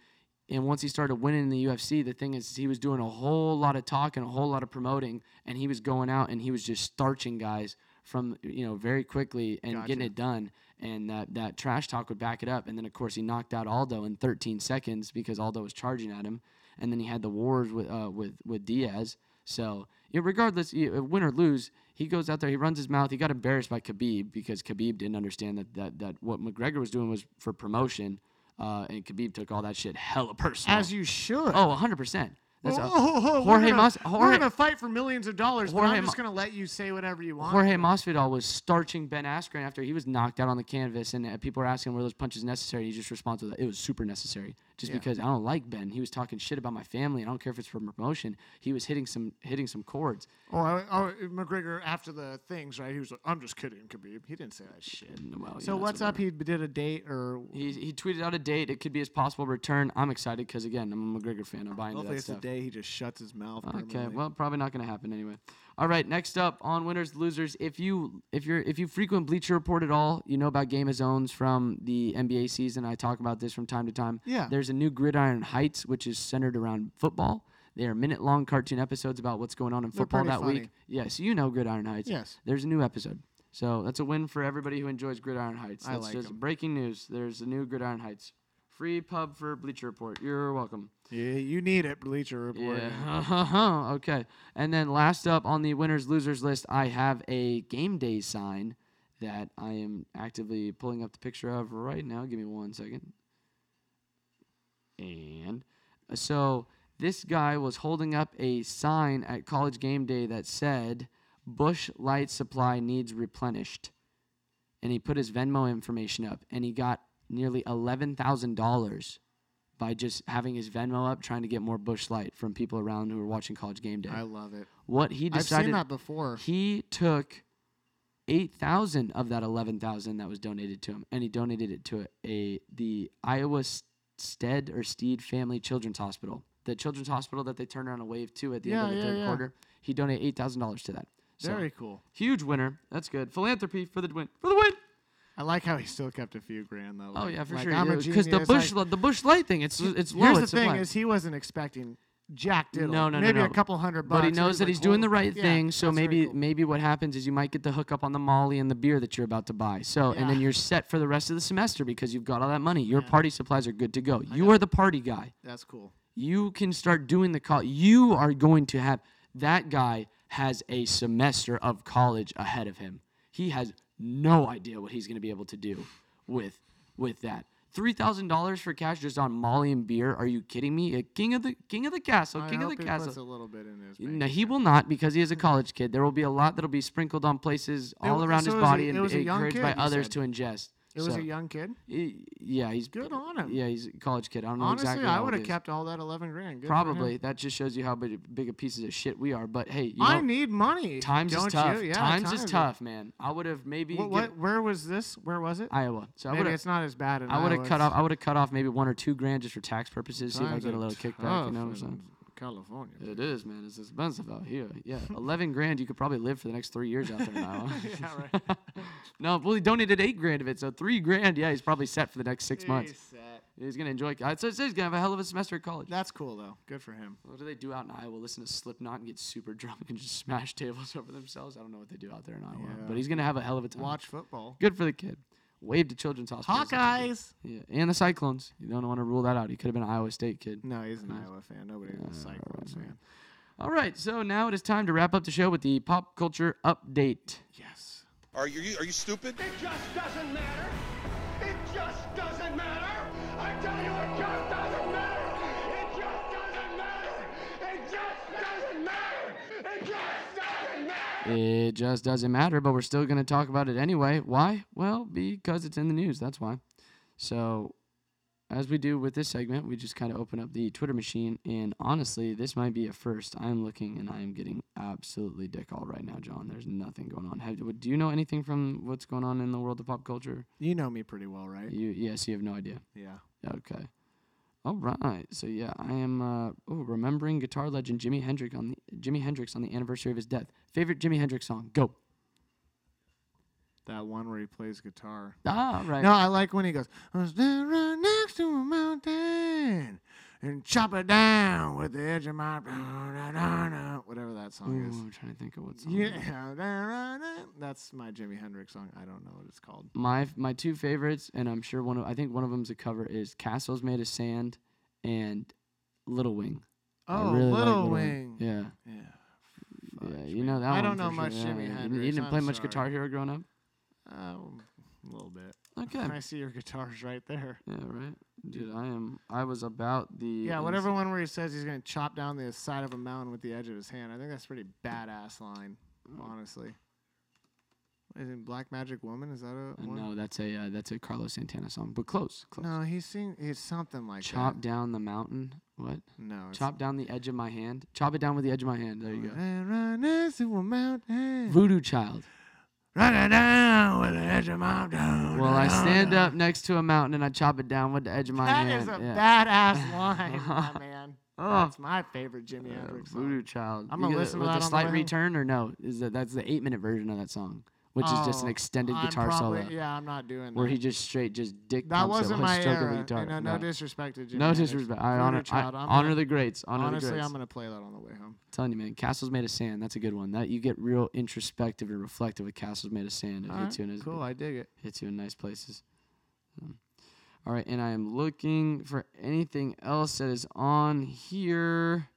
C: and once he started winning in the UFC, the thing is he was doing a whole lot of talking, a whole lot of promoting, and he was going out and he was just starching guys from you know very quickly and getting it done and that that trash talk would back it up and then of course he knocked out Aldo in 13 seconds because Aldo was charging at him and then he had the wars with uh, with with Diaz so yeah, regardless you- uh, win or lose he goes out there he runs his mouth he got embarrassed by Khabib because Khabib didn't understand that that, that what McGregor was doing was for promotion uh, and Khabib took all that shit hella personal
D: As you should.
C: oh 100% that's a-
D: Oh, oh, oh, oh,
C: Jorge
D: we're gonna,
C: Mas-
D: we're
C: Jorge-
D: gonna fight for millions of dollars, but
C: Jorge
D: I'm just
C: Ma-
D: gonna let you say whatever you want.
C: Jorge Masvidal was starching Ben Askren after he was knocked out on the canvas, and uh, people were asking were those punches necessary. He just responds with, "It was super necessary, just because I don't like Ben. He was talking shit about my family, and I don't care if it's for promotion. He was hitting some hitting some chords.
D: Oh, I- oh, McGregor after the things, right? He was like, "I'm just kidding, Khabib." He didn't say that shit.
C: And, well, you
D: So
C: know, it's
D: what's up?
C: whatever.
D: He did a date or
C: He, he tweeted out a date. It could be his possible return. I'm excited because again, I'm a McGregor fan. I'm buying into
D: hopefully
C: that
D: it's the
C: stuff.
D: day he just shuts his mouth.
C: Okay,
D: permanently.
C: well, probably not going to happen anyway. All right, next up on winners losers. If you if you're if you frequent Bleacher Report at all, you know about game of zones from the NBA season. I talk about this from time to time.
D: Yeah.
C: There's a new Gridiron Heights, which is centered around football. They are minute long cartoon episodes about what's going on in football
D: pretty
C: that
D: funny.
C: week. Yes, you know Gridiron Heights.
D: Yes.
C: There's a new episode. So that's a win for everybody who enjoys Gridiron Heights.
D: I
C: That's
D: like
C: just
D: 'em.
C: breaking news. There's a new Gridiron Heights. Free pub for Bleacher Report. You're welcome.
D: yeah, you need it, Bleacher Report.
C: Yeah. okay. And then last up on the winners losers list, I have a game day sign that I am actively pulling up the picture of right now. Give me one second. And uh, so this guy was holding up a sign at college game day that said Bush Light Supply needs replenished. And he put his Venmo information up and he got nearly $11,000 by just having his Venmo up, trying to get more Bush Light from people around who were watching College Game Day.
D: I love it.
C: what he
D: I've
C: decided,
D: seen that before.
C: he took eight thousand of that eleven thousand that was donated to him, and he donated it to a the Iowa S- Stead or Steed Family Children's Hospital, the children's hospital that they turned around a wave to at the
D: Yeah,
C: end of the
D: yeah,
C: third
D: yeah.
C: quarter. He donated eight thousand dollars to that. So
D: Very cool.
C: huge winner. That's good. Philanthropy for the win. For the win.
D: I like how he still kept a few grand though.
C: Oh
D: like-
C: yeah, for
D: like,
C: sure.
D: I'm a
C: Because the
D: genius,
C: bush
D: like-
C: li- the bush light thing, it's it's low.
D: Here's the
C: it's
D: thing:
C: supply.
D: is he wasn't expecting jack diddle.
C: No, no, no,
D: maybe
C: no.
D: a couple hundred bucks.
C: But he knows that
D: like,
C: he's doing the
D: "Holy-"
C: right
D: Yeah,
C: thing, so
D: that's very
C: maybe
D: cool.
C: maybe what happens is you might get the hookup on the Molly and the beer that you're about to buy. So and then
D: Yeah.
C: you're set for the rest of the semester because you've got all that money. Your party supplies are good to go. You are the party guy.
D: that's cool.
C: You can start doing the call. You are going to have that guy has a semester of college ahead of him. He has no idea what he's going to be able to do with with that. Three thousand dollars for cash just on Molly and beer? Are you kidding me? A king of the king of the castle,
D: I
C: king of
D: hope
C: the
D: he
C: castle.
D: puts a little bit in his. bank.
C: No, he will not because he is a college kid. There will be a lot that'll be sprinkled on places all
D: wa-
C: around
D: so
C: his
D: it was a-
C: body
D: it
C: and
D: was a young
C: encouraged
D: kid,
C: by
D: you
C: others
D: said.
C: to ingest.
D: It was
C: So,
D: a young kid.
C: he- yeah, he's
D: Good on him.
C: Yeah, he's a college kid. I don't know
D: Honestly,
C: exactly.
D: I
C: how old
D: would have
C: he is.
D: kept all that eleven grand. Good for him.
C: Probably. That just shows you how big, big a pieces of shit we are. But hey, you know,
D: I need money.
C: times
D: don't
C: is tough.
D: You? Yeah,
C: times, is tough, man. I would have maybe
D: What,
C: get-
D: what? Where was this? Where was it?
C: Iowa. So I
D: Maybe
C: would have.
D: it's not as bad. in
C: I would have
D: Iowa.
C: cut off. I would have cut off maybe one or two grand just for tax purposes. See if I
D: Times
C: get a
D: are
C: little kickback. You
D: tough
C: know what I'm
D: in
C: saying?
D: California.
C: It is, man. It's expensive out here. Yeah, eleven grand. You could probably live for the next three years out there now.
D: Yeah, right.
C: no, well, he donated eight grand of it, so three grand. Yeah, he's probably set for the next six months.
D: He's set.
C: He's gonna enjoy. I'd say he's gonna have a hell of a semester at college.
D: uh, That's cool though. Good for him.
C: What do they do out in Iowa? Listen to Slipknot and get super drunk and just smash tables over themselves. I don't know what they do out there in Iowa, but
D: Yeah.
C: he's gonna have a hell of a time.
D: Watch football.
C: Uh-huh. Good for the kid. Wave to Children's Hospital. or something.
D: Hawkeyes.
C: Yeah, and the Cyclones. You don't want to rule that out. He could have been an Iowa State kid.
D: No, he's an Iowa fan. Nobody is a Cyclones fan.
C: All right, so now it is time to wrap up the show with the pop culture update.
D: Yes.
H: Are you are you stupid?
I: It just doesn't matter. It just doesn't matter. I tell you, it just doesn't matter. It just doesn't matter. It just doesn't matter. It just doesn't matter.
C: It just doesn't matter, but we're still going to talk about it anyway. Why? Well, because it's in the news. That's why. So, as we do with this segment, we just kind of open up the Twitter machine. And honestly, this might be a first. I'm looking and I am getting absolutely dick all right now, John. There's nothing going on. Have, do you know anything from what's going on in the world of pop culture?
D: You know me pretty well, right?
C: You Yes, you have no idea.
D: Yeah.
C: Okay. All right. So yeah, I am uh, ooh, remembering guitar legend Jimi Hendrix on the Jimi Hendrix on the anniversary of his death. Favorite Jimi Hendrix song? Go.
D: That one where he plays guitar.
C: Ah, right.
D: No, I like when he goes, I was down right next to a mountain and chop it down with the edge of my whatever that song
C: Ooh,
D: is.
C: I'm trying to think of what song.
D: Yeah,
C: that is.
D: down right there. that's my Jimi Hendrix song. I don't know what it's called.
C: My my two favorites, and I'm sure one of I think one of them's a cover is "Castles Made of Sand" and "Little Wing." I
D: Oh,
C: really like
D: Little Wing.
C: Yeah,
D: Yeah.
C: yeah.
D: Fudge,
C: You know
D: man.
C: that
D: I
C: one.
D: don't
C: for
D: know
C: sure.
D: much
C: Yeah,
D: Jimi
C: you didn't-
D: Hendrix.
C: You didn't play
D: I'm
C: much
D: sorry.
C: Guitar Hero growing up.
D: Oh, a little bit.
C: Okay.
D: I see your guitars right there.
C: Yeah, right. Dude, I am. I was about the.
D: Yeah,
C: ins-
D: whatever one where he says he's gonna chop down the side of a mountain with the edge of his hand. I think that's a pretty badass line, honestly. Isn't Black Magic Woman? Is that a
C: Uh,
D: one?
C: No, that's a uh, that's a Carlos Santana song, but close, close.
D: No, he's sing it's something like
C: Chop
D: that.
C: down the mountain. What?
D: No, it's
C: Chop down the edge of my hand. Chop it down with the edge of my hand. There you go.
D: Run, run next to a mountain.
C: Voodoo child.
D: Run it down with the edge of my down.
C: Well, I stand up next to a mountain and I chop it down with the edge of my
D: That
C: hand.
D: is a
C: Yeah.
D: badass line, my man.
C: Oh.
D: That's my favorite Jimi
C: Uh,
D: Hendrix song.
C: voodoo child.
D: I'm
C: You
D: gonna
C: get-
D: listen to
C: with
D: that
C: a
D: on the
C: slight
D: way home.
C: return or no? Is that that's the eight minute version of that song, which is just an
D: Oh,
C: extended
D: I'm
C: guitar
D: probably-
C: solo
D: Yeah, I'm not doing that.
C: where he just straight just dick
D: That
C: pumps it with
D: wasn't
C: a
D: my
C: stroke
D: era.
C: of the guitar.
D: and, uh, no,
C: No.
D: disrespect to Jimi
C: No
D: Hendrix.
C: disrespect. I
D: Voodoo
C: honor, I
D: Child, I'm
C: honor
D: gonna-
C: the greats. Honor the
D: honestly,
C: greats.
D: I'm gonna play that on the way home.
C: telling you, man, Castles Made of Sand. That's a good one. That you get real introspective and reflective with Castles Made of Sand. It hits you in a-
D: cool, I dig it.
C: hits you in nice places. Um, all right, and I am looking for anything else that is on here.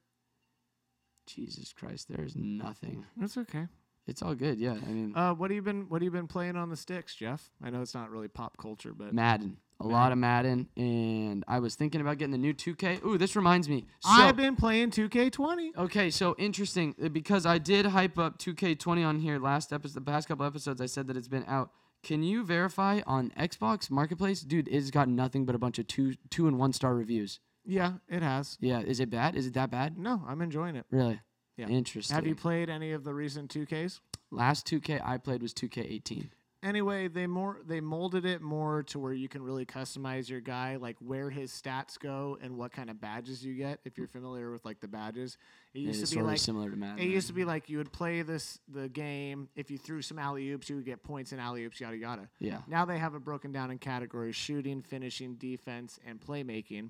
C: Jesus Christ, there is nothing.
D: That's okay.
C: It's all good. Yeah, I mean,
D: Uh, what have you been What have you been playing on the sticks, Jeff? I know it's not really pop culture, but
C: Madden. A lot of Madden, and I was thinking about getting the new 2K. Ooh, this reminds me. So,
D: I've been playing 2K20.
C: Okay, so interesting uh, because I did hype up 2K20 on here last episode. The past couple episodes, I said that it's been out. Can you verify on Xbox Marketplace, dude? It's got nothing but a bunch of two, two and one star reviews.
D: Yeah, it has.
C: Yeah, is it bad? Is it that bad?
D: No, I'm enjoying it.
C: Really?
D: Yeah.
C: Interesting.
D: Have you played any of the recent 2Ks?
C: Last 2K I played was 2K18.
D: Anyway, they more they molded it more to where you can really customize your guy, like where his stats go and what kind of badges you get. If you're familiar with like the badges, it
C: It
D: used
C: is
D: to be
C: sort
D: like
C: of similar to Madden.
D: It used to
C: right?
D: be like you would play this the game. If you threw some alley oops, you would get points in alley oops, yada yada.
C: Yeah.
D: Now they have it broken down in categories: shooting, finishing, defense, and playmaking.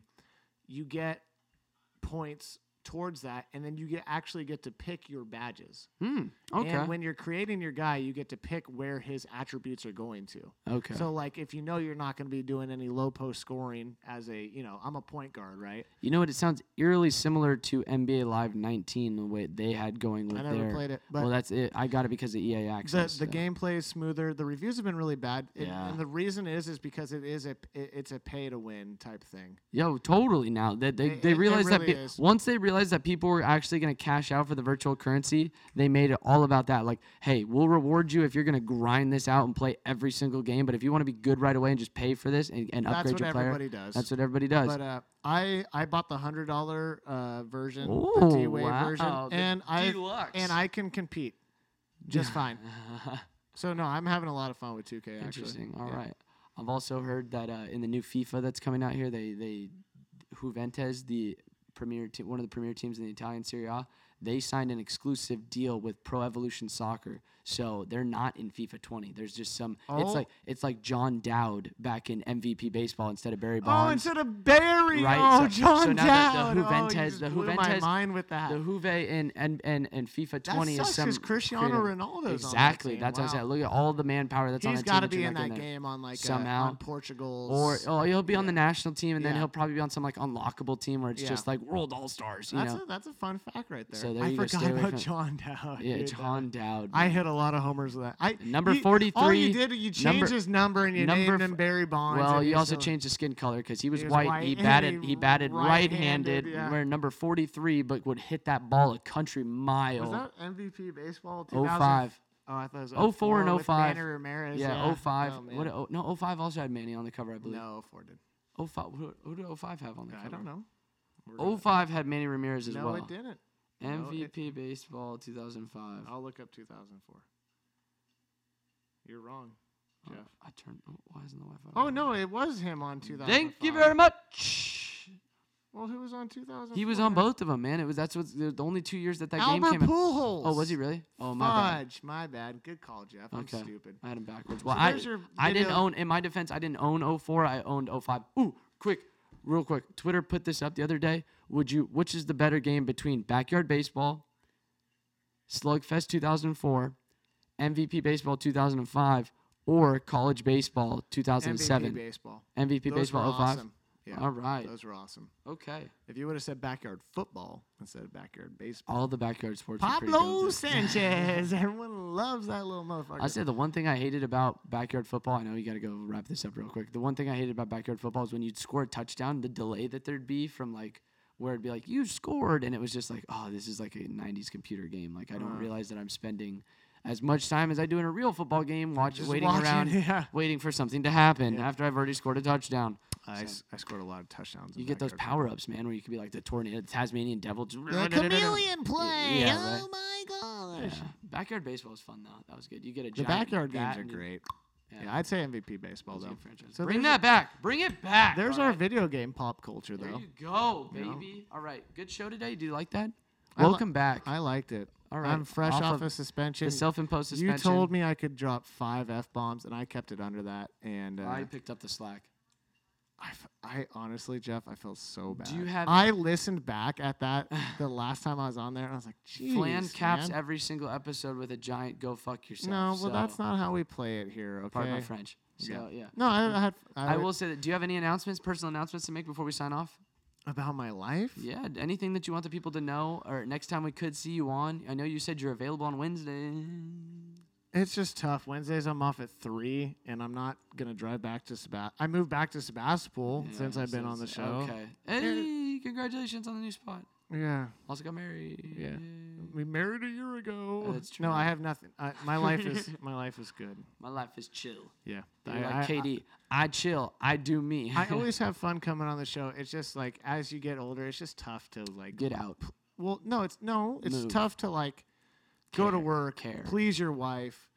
D: You get points towards that, and then you get actually get to pick your badges.
C: Hmm. Okay.
D: And when you're creating your guy, you get to pick where his attributes are going to.
C: okay.
D: So like, if you know you're not going to be doing any low post scoring as a, you know, I'm a point guard, right?
C: you know what? It sounds eerily similar to NBA Live 19, the way they had going with
D: I never
C: their.
D: played it, but
C: well, that's it. I got it because of E EA
D: the,
C: access.
D: the
C: so.
D: gameplay is smoother. The reviews have been really bad, It-
C: Yeah.
D: and the reason is is because it is a p- it- it's a pay to win type thing.
C: Yo, totally. Now that they,
D: It-
C: they
D: it- it
C: realized
D: really
C: that
D: is.
C: pe- once they realized that people were actually gonna cash out for the virtual currency, they made it all about that. Like, hey, we'll reward you if you're gonna grind this out and play every single game. But if you want to be good right away and just pay for this and, and
D: That's
C: upgrade
D: what
C: your player,
D: everybody does.
C: that's what everybody does.
D: But uh, I I bought the hundred dollar uh, version,
C: Ooh,
D: the D Wave
C: wow,
D: version,
C: the
D: and I
C: deluxe.
D: and I can compete just fine. So no, I'm having a lot of fun with 2K. Actually,
C: Interesting. All right. I've also heard that uh, in the new FIFA that's coming out here, they they Juventus, the premier te- one of the premier teams in the Italian Serie A, they signed an exclusive deal with Pro Evolution Soccer, so they're not in FIFA 20. There's just some.
D: Oh.
C: It's like it's like John Dowd back in MVP baseball instead of Barry
D: Oh,
C: Bonds.
D: instead of Barry.
C: Right,
D: Oh,
C: so- so
D: John
C: now that the
D: Dowd. Oh, you
C: Juventus-
D: just
C: the
D: blew my
C: Juventus-
D: mind with that.
C: the Juve and and and, and FIFA 20
D: sucks
C: is some
D: 'cause Cristiano
C: creative-
D: Ronaldo's on that
C: exactly.
D: team.
C: That's what I
D: Wow.
C: said. Look at all the manpower that's on
D: He's
C: that
D: got to
C: team.
D: be in
C: you're not
D: that
C: getting there.
D: game on like
C: somehow.
D: A, on Portugal's.
C: Or oh, he'll be on the national team, and then
D: Yeah.
C: he'll probably be on some like unlockable team where it's
D: Yeah.
C: just like world all stars. You
D: that's
C: know,
D: a, that's a fun fact right there.
C: So there
D: I
C: you go,
D: forgot
C: stay away
D: about
C: from-
D: John Dowd.
C: yeah,
D: dude.
C: John Dowd.
D: I
C: man.
D: hit a lot of homers with that. I
C: Number
D: you- All you
C: 43,
D: did you changed
C: number-
D: his number and you
C: number
D: named
C: f-
D: him Barry Bonds.
C: Well,
D: and
C: you
D: he's
C: also
D: still-
C: changed his skin color because he was,
D: was
C: white.
D: white
C: He
D: and
C: batted.
D: he
C: He batted
D: right-handed,
C: right-handed.
D: yeah.
C: We're number 43, but would hit that ball a country
D: Was
C: mile.
D: that MVP baseball? 2000?
C: 05.
D: Oh, I thought it was
C: 04
D: 04
C: and
D: with
C: 05.
D: Manny Ramirez.
C: Yeah,
D: yeah.
C: 05.
D: Oh,
C: what?
D: man.
C: Oh, no, 05 also had Manny on the cover, I believe.
D: No, 04 did.
C: 05. Who, who did 05 have on the cover?
D: I don't know. We're gonna-
C: 05 had Manny Ramirez as
D: No,
C: well.
D: it didn't. No, it- Oh.
C: MVP baseball 2005.
D: I'll look up 2004. You're wrong,
C: Oh,
D: Jeff.
C: I turned. oh, Why isn't the Wi-Fi?
D: Oh
C: working?
D: no, it was him on 2005.
C: Thank you very much.
D: Well, who was on 2000?
C: He was on both of them, man. It was that's what's the the only two years that that
D: Albert
C: game came out.
D: Pujols.
C: Oh, was he really? Oh my bad.
D: Fudge, my bad. Good call, Jeff. I'm
C: Okay.
D: stupid.
C: I had him backwards. Well,
D: So
C: I,
D: there's your
C: I didn't
D: video.
C: own. In my defense, I didn't own 04. I owned 05. Ooh, quick, real quick. Twitter put this up the other day. Would you? Which is the better game between backyard baseball, Slugfest 2004, MVP baseball 2005, or college baseball
D: MVP
C: 2007?
D: baseball.
C: MVP,
D: Those
C: baseball
D: were
C: 05.
D: awesome. Yeah.
C: All right.
D: Those were awesome.
C: Okay.
D: If you would have said backyard football instead of backyard baseball.
C: All the backyard sports. were pretty
D: Pablo
C: dope.
D: Sanchez. Everyone loves that little motherfucker.
C: I said the one thing I hated about backyard football. I know you got to go wrap this up real quick. The one thing I hated about backyard football is when you'd score a touchdown, the delay that there'd be from like where it'd be like you scored, and it was just like, oh, this is like a '90s computer game. Like I
D: Uh.
C: don't realize that I'm spending as much time as I do in a real football game, watch,
D: Just
C: waiting
D: watching,
C: around,
D: yeah.
C: waiting for something to happen after I've already scored a touchdown.
D: I, s- I scored a lot of touchdowns. in
C: You get those
D: backyard
C: power ups, man, where you could be like the tornado, the Tasmanian devil. just-
D: football. The chameleon play.
C: yeah, right.
D: Oh my gosh.
C: Yeah. Backyard baseball was fun though. That was good. You get a
D: The
C: giant
D: backyard
C: bat
D: games are
C: and you-
D: great. Yeah.
C: Yeah.
D: I'd say MVP baseball
C: It's a
D: though.
C: good franchise.
D: So
C: Bring
D: there's-
C: that back. Bring it back.
D: There's
C: All
D: our
C: right.
D: video game pop culture
C: There
D: though.
C: you go,
D: You know?
C: baby. All right. Good show today. Do you like that?
D: I li-
C: Welcome back.
D: I liked it.
C: All
D: I'm
C: right,
D: fresh
C: off
D: off,
C: of
D: a suspension.
C: the self-imposed
D: You told
C: suspension.
D: me I could drop five f bombs, and I kept it under that. And uh,
C: I
D: I,
C: picked up the slack.
D: f- I honestly, Jeff, I felt so bad.
C: you have-
D: I listened back at that the last time I was on there, and I was like, "Jeez,
C: Flan caps
D: man."
C: every single episode with a giant "Go fuck yourself."
D: No, well,
C: so-
D: that's not how we play it here. Okay.
C: Pardon my French. So yeah.
D: No, I, I had. I,
C: I will say that. Do you have any announcements, personal announcements to make before we sign off?
D: about my life.
C: Yeah. d- Anything that you want the people to know, or next time we could see you on? I know you said you're available on Wednesday.
D: It's just tough. Wednesdays I'm off at three, and I'm not gonna drive back to Sebat. I moved back to Sebastopol since
C: Yeah,
D: I've been on the
C: since-
D: show.
C: Okay. Hey, congratulations on the new spot.
D: Yeah.
C: Also got married.
D: Yeah. We married a year ago.
C: Oh, that's
D: No,
C: true.
D: I have nothing. I, my life is my life is good.
C: My life is chill.
D: Yeah.
C: You're
D: I,
C: like
D: I-
C: KD. I, chill. I do me.
D: I, I always have fun coming on the show. It's just like as you get older, it's just tough to like.
C: get out.
D: well, no, it's no, it's
C: Move.
D: tough to like go to
C: Care,
D: work,
C: care.
D: please your wife,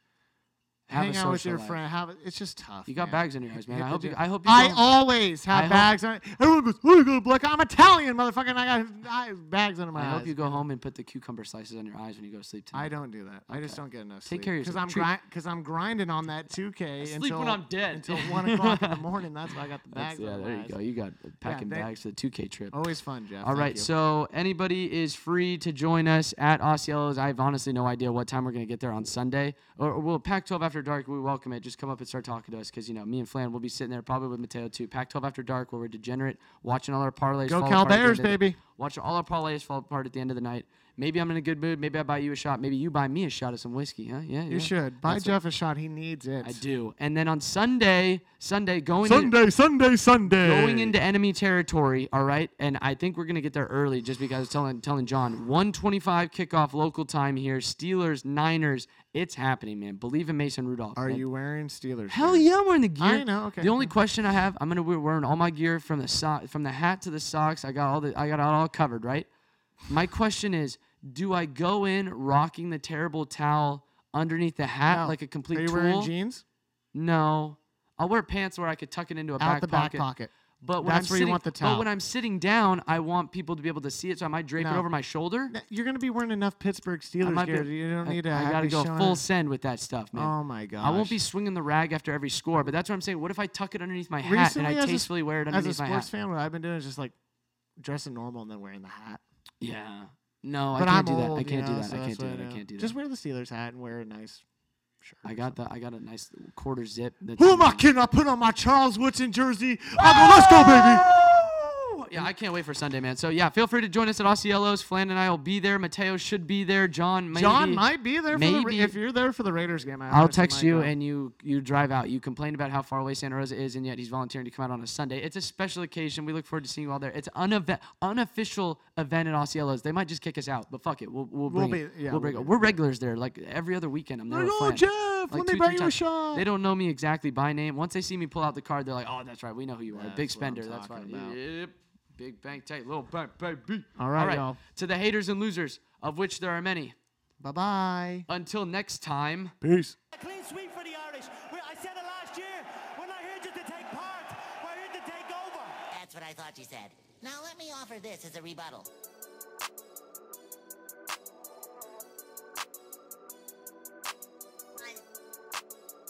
C: Have
D: hang
C: a
D: out with
C: social
D: your
C: life.
D: friend. Have a, it's just tough.
C: You got
D: man.
C: bags in your eyes, man.
D: hit
C: I
D: the
C: hope you.
D: gym.
C: I hope you.
D: I
C: don't-
D: always
C: I
D: have
C: hope-
D: bags on. Everyone goes, "Oh, you got black." I'm Italian, motherfucker, and I got eyes, bags under my
C: I
D: eyes.
C: hope you go home and put the cucumber slices on your eyes when you go to sleep tonight.
D: I don't do that. I just don't get enough
C: Take
D: sleep.
C: care of
D: Because
C: yourself.
D: I'm,
C: Treat-
D: grind, 'cause I'm grinding on that 2K
C: Sleep
D: until,
C: when I'm dead.
D: until 1 o'clock in the morning. That's why I got the
C: That's-
D: bags.
C: yeah,
D: under
C: there
D: my
C: you go.
D: eyes.
C: You got packing
D: thank-
C: bags for the 2K trip.
D: Always fun, Jeff.
C: All right, so anybody is free to join us at Osceola's. I have honestly no idea what time we're going to get there on Sunday. Or, or we'll Pac 12 After Dark, we welcome it. Just come up and start talking to us because, you know, me and Flan will be sitting there probably with Mateo too. Pac 12 After Dark, where we're degenerate, watching all our parlays.
D: Go
C: fall
D: Cal
C: apart at the
D: Bears,
C: end of the-
D: baby.
C: Watching all our parlays fall apart at the end of the night. Maybe I'm in a good mood. Maybe I buy you a shot. Maybe you buy me a shot of some whiskey, huh? Yeah,
D: You should. Buy Jeff a shot. He needs it.
C: I do. And then on Sunday, Sunday, going in-
D: Sunday, Sunday, Sunday.
C: going into enemy territory, all right? And I think we're gonna get there early just because I was telling telling John, 125 kickoff local time here. Steelers, Niners, it's happening, man. Believe in Mason Rudolph.
D: Are
C: man.
D: you wearing Steelers?
C: Hell
D: gear?
C: yeah, I'm wearing the gear.
D: I know, okay.
C: The only question I have, I'm gonna be wearing all my gear from the so- from the hat to the socks. I got all the I got it all covered, right? My question is, do I go in rocking the terrible towel underneath the hat
D: No.
C: like a complete
D: Are you
C: tool?
D: wearing jeans?
C: No. I'll wear pants where I could tuck it into a
D: Out
C: back
D: the back
C: pocket.
D: pocket.
C: But when
D: That's
C: I'm
D: where you
C: sitting,
D: want the
C: But
D: top.
C: when I'm sitting down, I want people to be able to see it, so I might drape it
D: No.
C: over my shoulder.
D: N- You're gonna be wearing enough Pittsburgh
C: I
D: Steelers
C: might be-
D: gear. You don't
C: I-
D: need to.
C: I
D: have
C: gotta
D: me
C: go
D: showing
C: full
D: it.
C: send with that stuff, man.
D: Oh my god.
C: I won't be swinging the rag after every score, but that's what I'm saying. What if I tuck it underneath my hat and
D: Recently,
C: I
D: as a s-
C: tastefully wear it underneath
D: As a
C: my
D: sports
C: hat?
D: fan, what I've been doing is just like dressing normal and then wearing the hat.
C: Yeah. No,
D: but
C: Oh, I
D: am
C: can't do that.
D: old,
C: I
D: you
C: can't
D: know,
C: do that.
D: so
C: I
D: that's
C: can't do
D: what
C: that. I
D: do.
C: can't do that.
D: Just wear the Steelers hat and wear a nice shirt.
C: I got the. I got a nice quarter zip. That's
D: Who am I kidding? I put on my Charles Woodson jersey. I go, let's go, baby.
C: Yeah, I can't wait for Sunday, man. So yeah, feel free to join us at Osceola's. Flan and I will be there. Mateo should be there. John, maybe.
D: John might be there. For the, Ra-
C: maybe-
D: if you're there for the Raiders game, I
C: I'll
D: honestly
C: text
D: might
C: you
D: go.
C: and you you drive out. You complain about how far away Santa Rosa is, and yet he's volunteering to come out on a Sunday. It's a special occasion. We look forward to seeing you all there. It's an uneve- unofficial event at Osceola's. They might just kick us out, but fuck it. We'll we'll bring
D: be-
C: it.
D: yeah,
C: we'll
D: we'll
C: bring it.
D: be
C: We're regulars there. Like every other weekend, I'm there.
D: Like,
C: with
D: "Oh,
C: Flan."
D: Jeff, let me
C: two,
D: buy
C: three
D: you a
C: times.
D: shot.
C: They don't know me exactly by name. Once they see me pull out the card, they're like, "Oh, that's right. We know who you are. Big
D: That's what I'm
C: spender. That's right.
D: talking about.
C: Yep. Big bank take. Little bank baby.
D: All right, y'all.
C: To the haters and losers, of which there are many.
D: Bye bye.
C: Until next time."
D: Peace.
H: A clean sweep for the Irish. We, I said it last year. We're not here just to take part. We're here to take over.
J: That's what I thought you said. Now let me offer this as a rebuttal. One.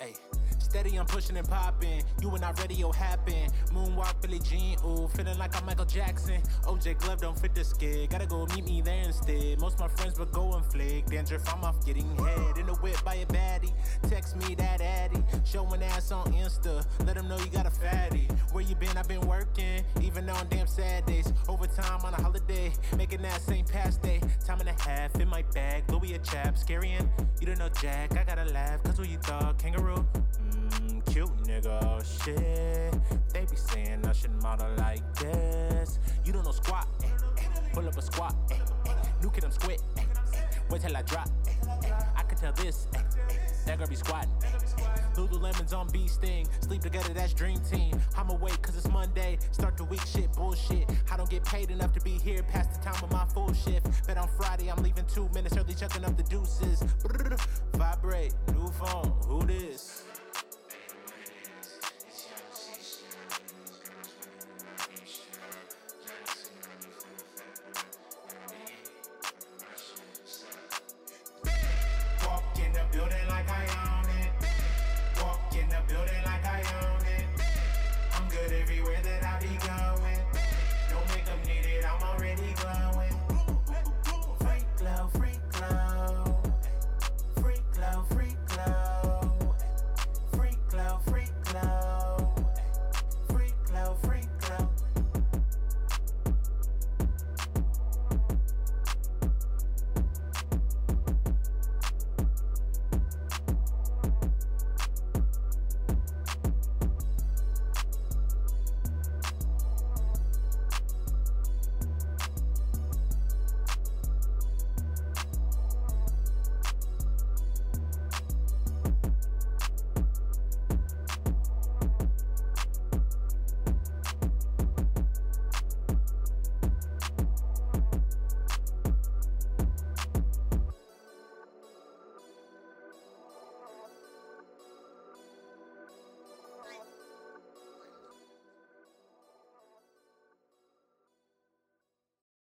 E: Hey, steady, I'm pushing and popping. You and I radio happen. Moonwalk, Billie Jean, ooh, feeling like I'm Michael Jackson. OJ glove don't fit the skid. Gotta go meet me there instead. Most my friends were going flick. Dandruff, I'm off getting head in the whip by a baddie. Text me that addy. Showing ass on Insta. Let 'em know you got a fatty. Where you been? I've been working, even on damn Saturdays. Overtime on a holiday, making that St. Pat's Day. Time and a half in my bag. Louis a chap, scarying. You don't know Jack. I gotta laugh, cause what you thought, kangaroo? Mmm, cute nigga, oh shit. They be saying I should model like this. You don't know squat, eh, eh. pull up a squat, eh, eh. nuke it, I'm squid. Eh, eh. Wait till I drop, eh, eh. I could tell this, eh, eh. that girl be squatting. eh, eh. Lululemon's on bee sting, sleep together, that's dream team. I'm awake cause it's Monday, start the week shit, bullshit. I don't get paid enough to be here past the time of my full shift. Bet on Friday, I'm leaving two minutes early, chucking up the deuces. Brrr, vibrate, new phone, who this?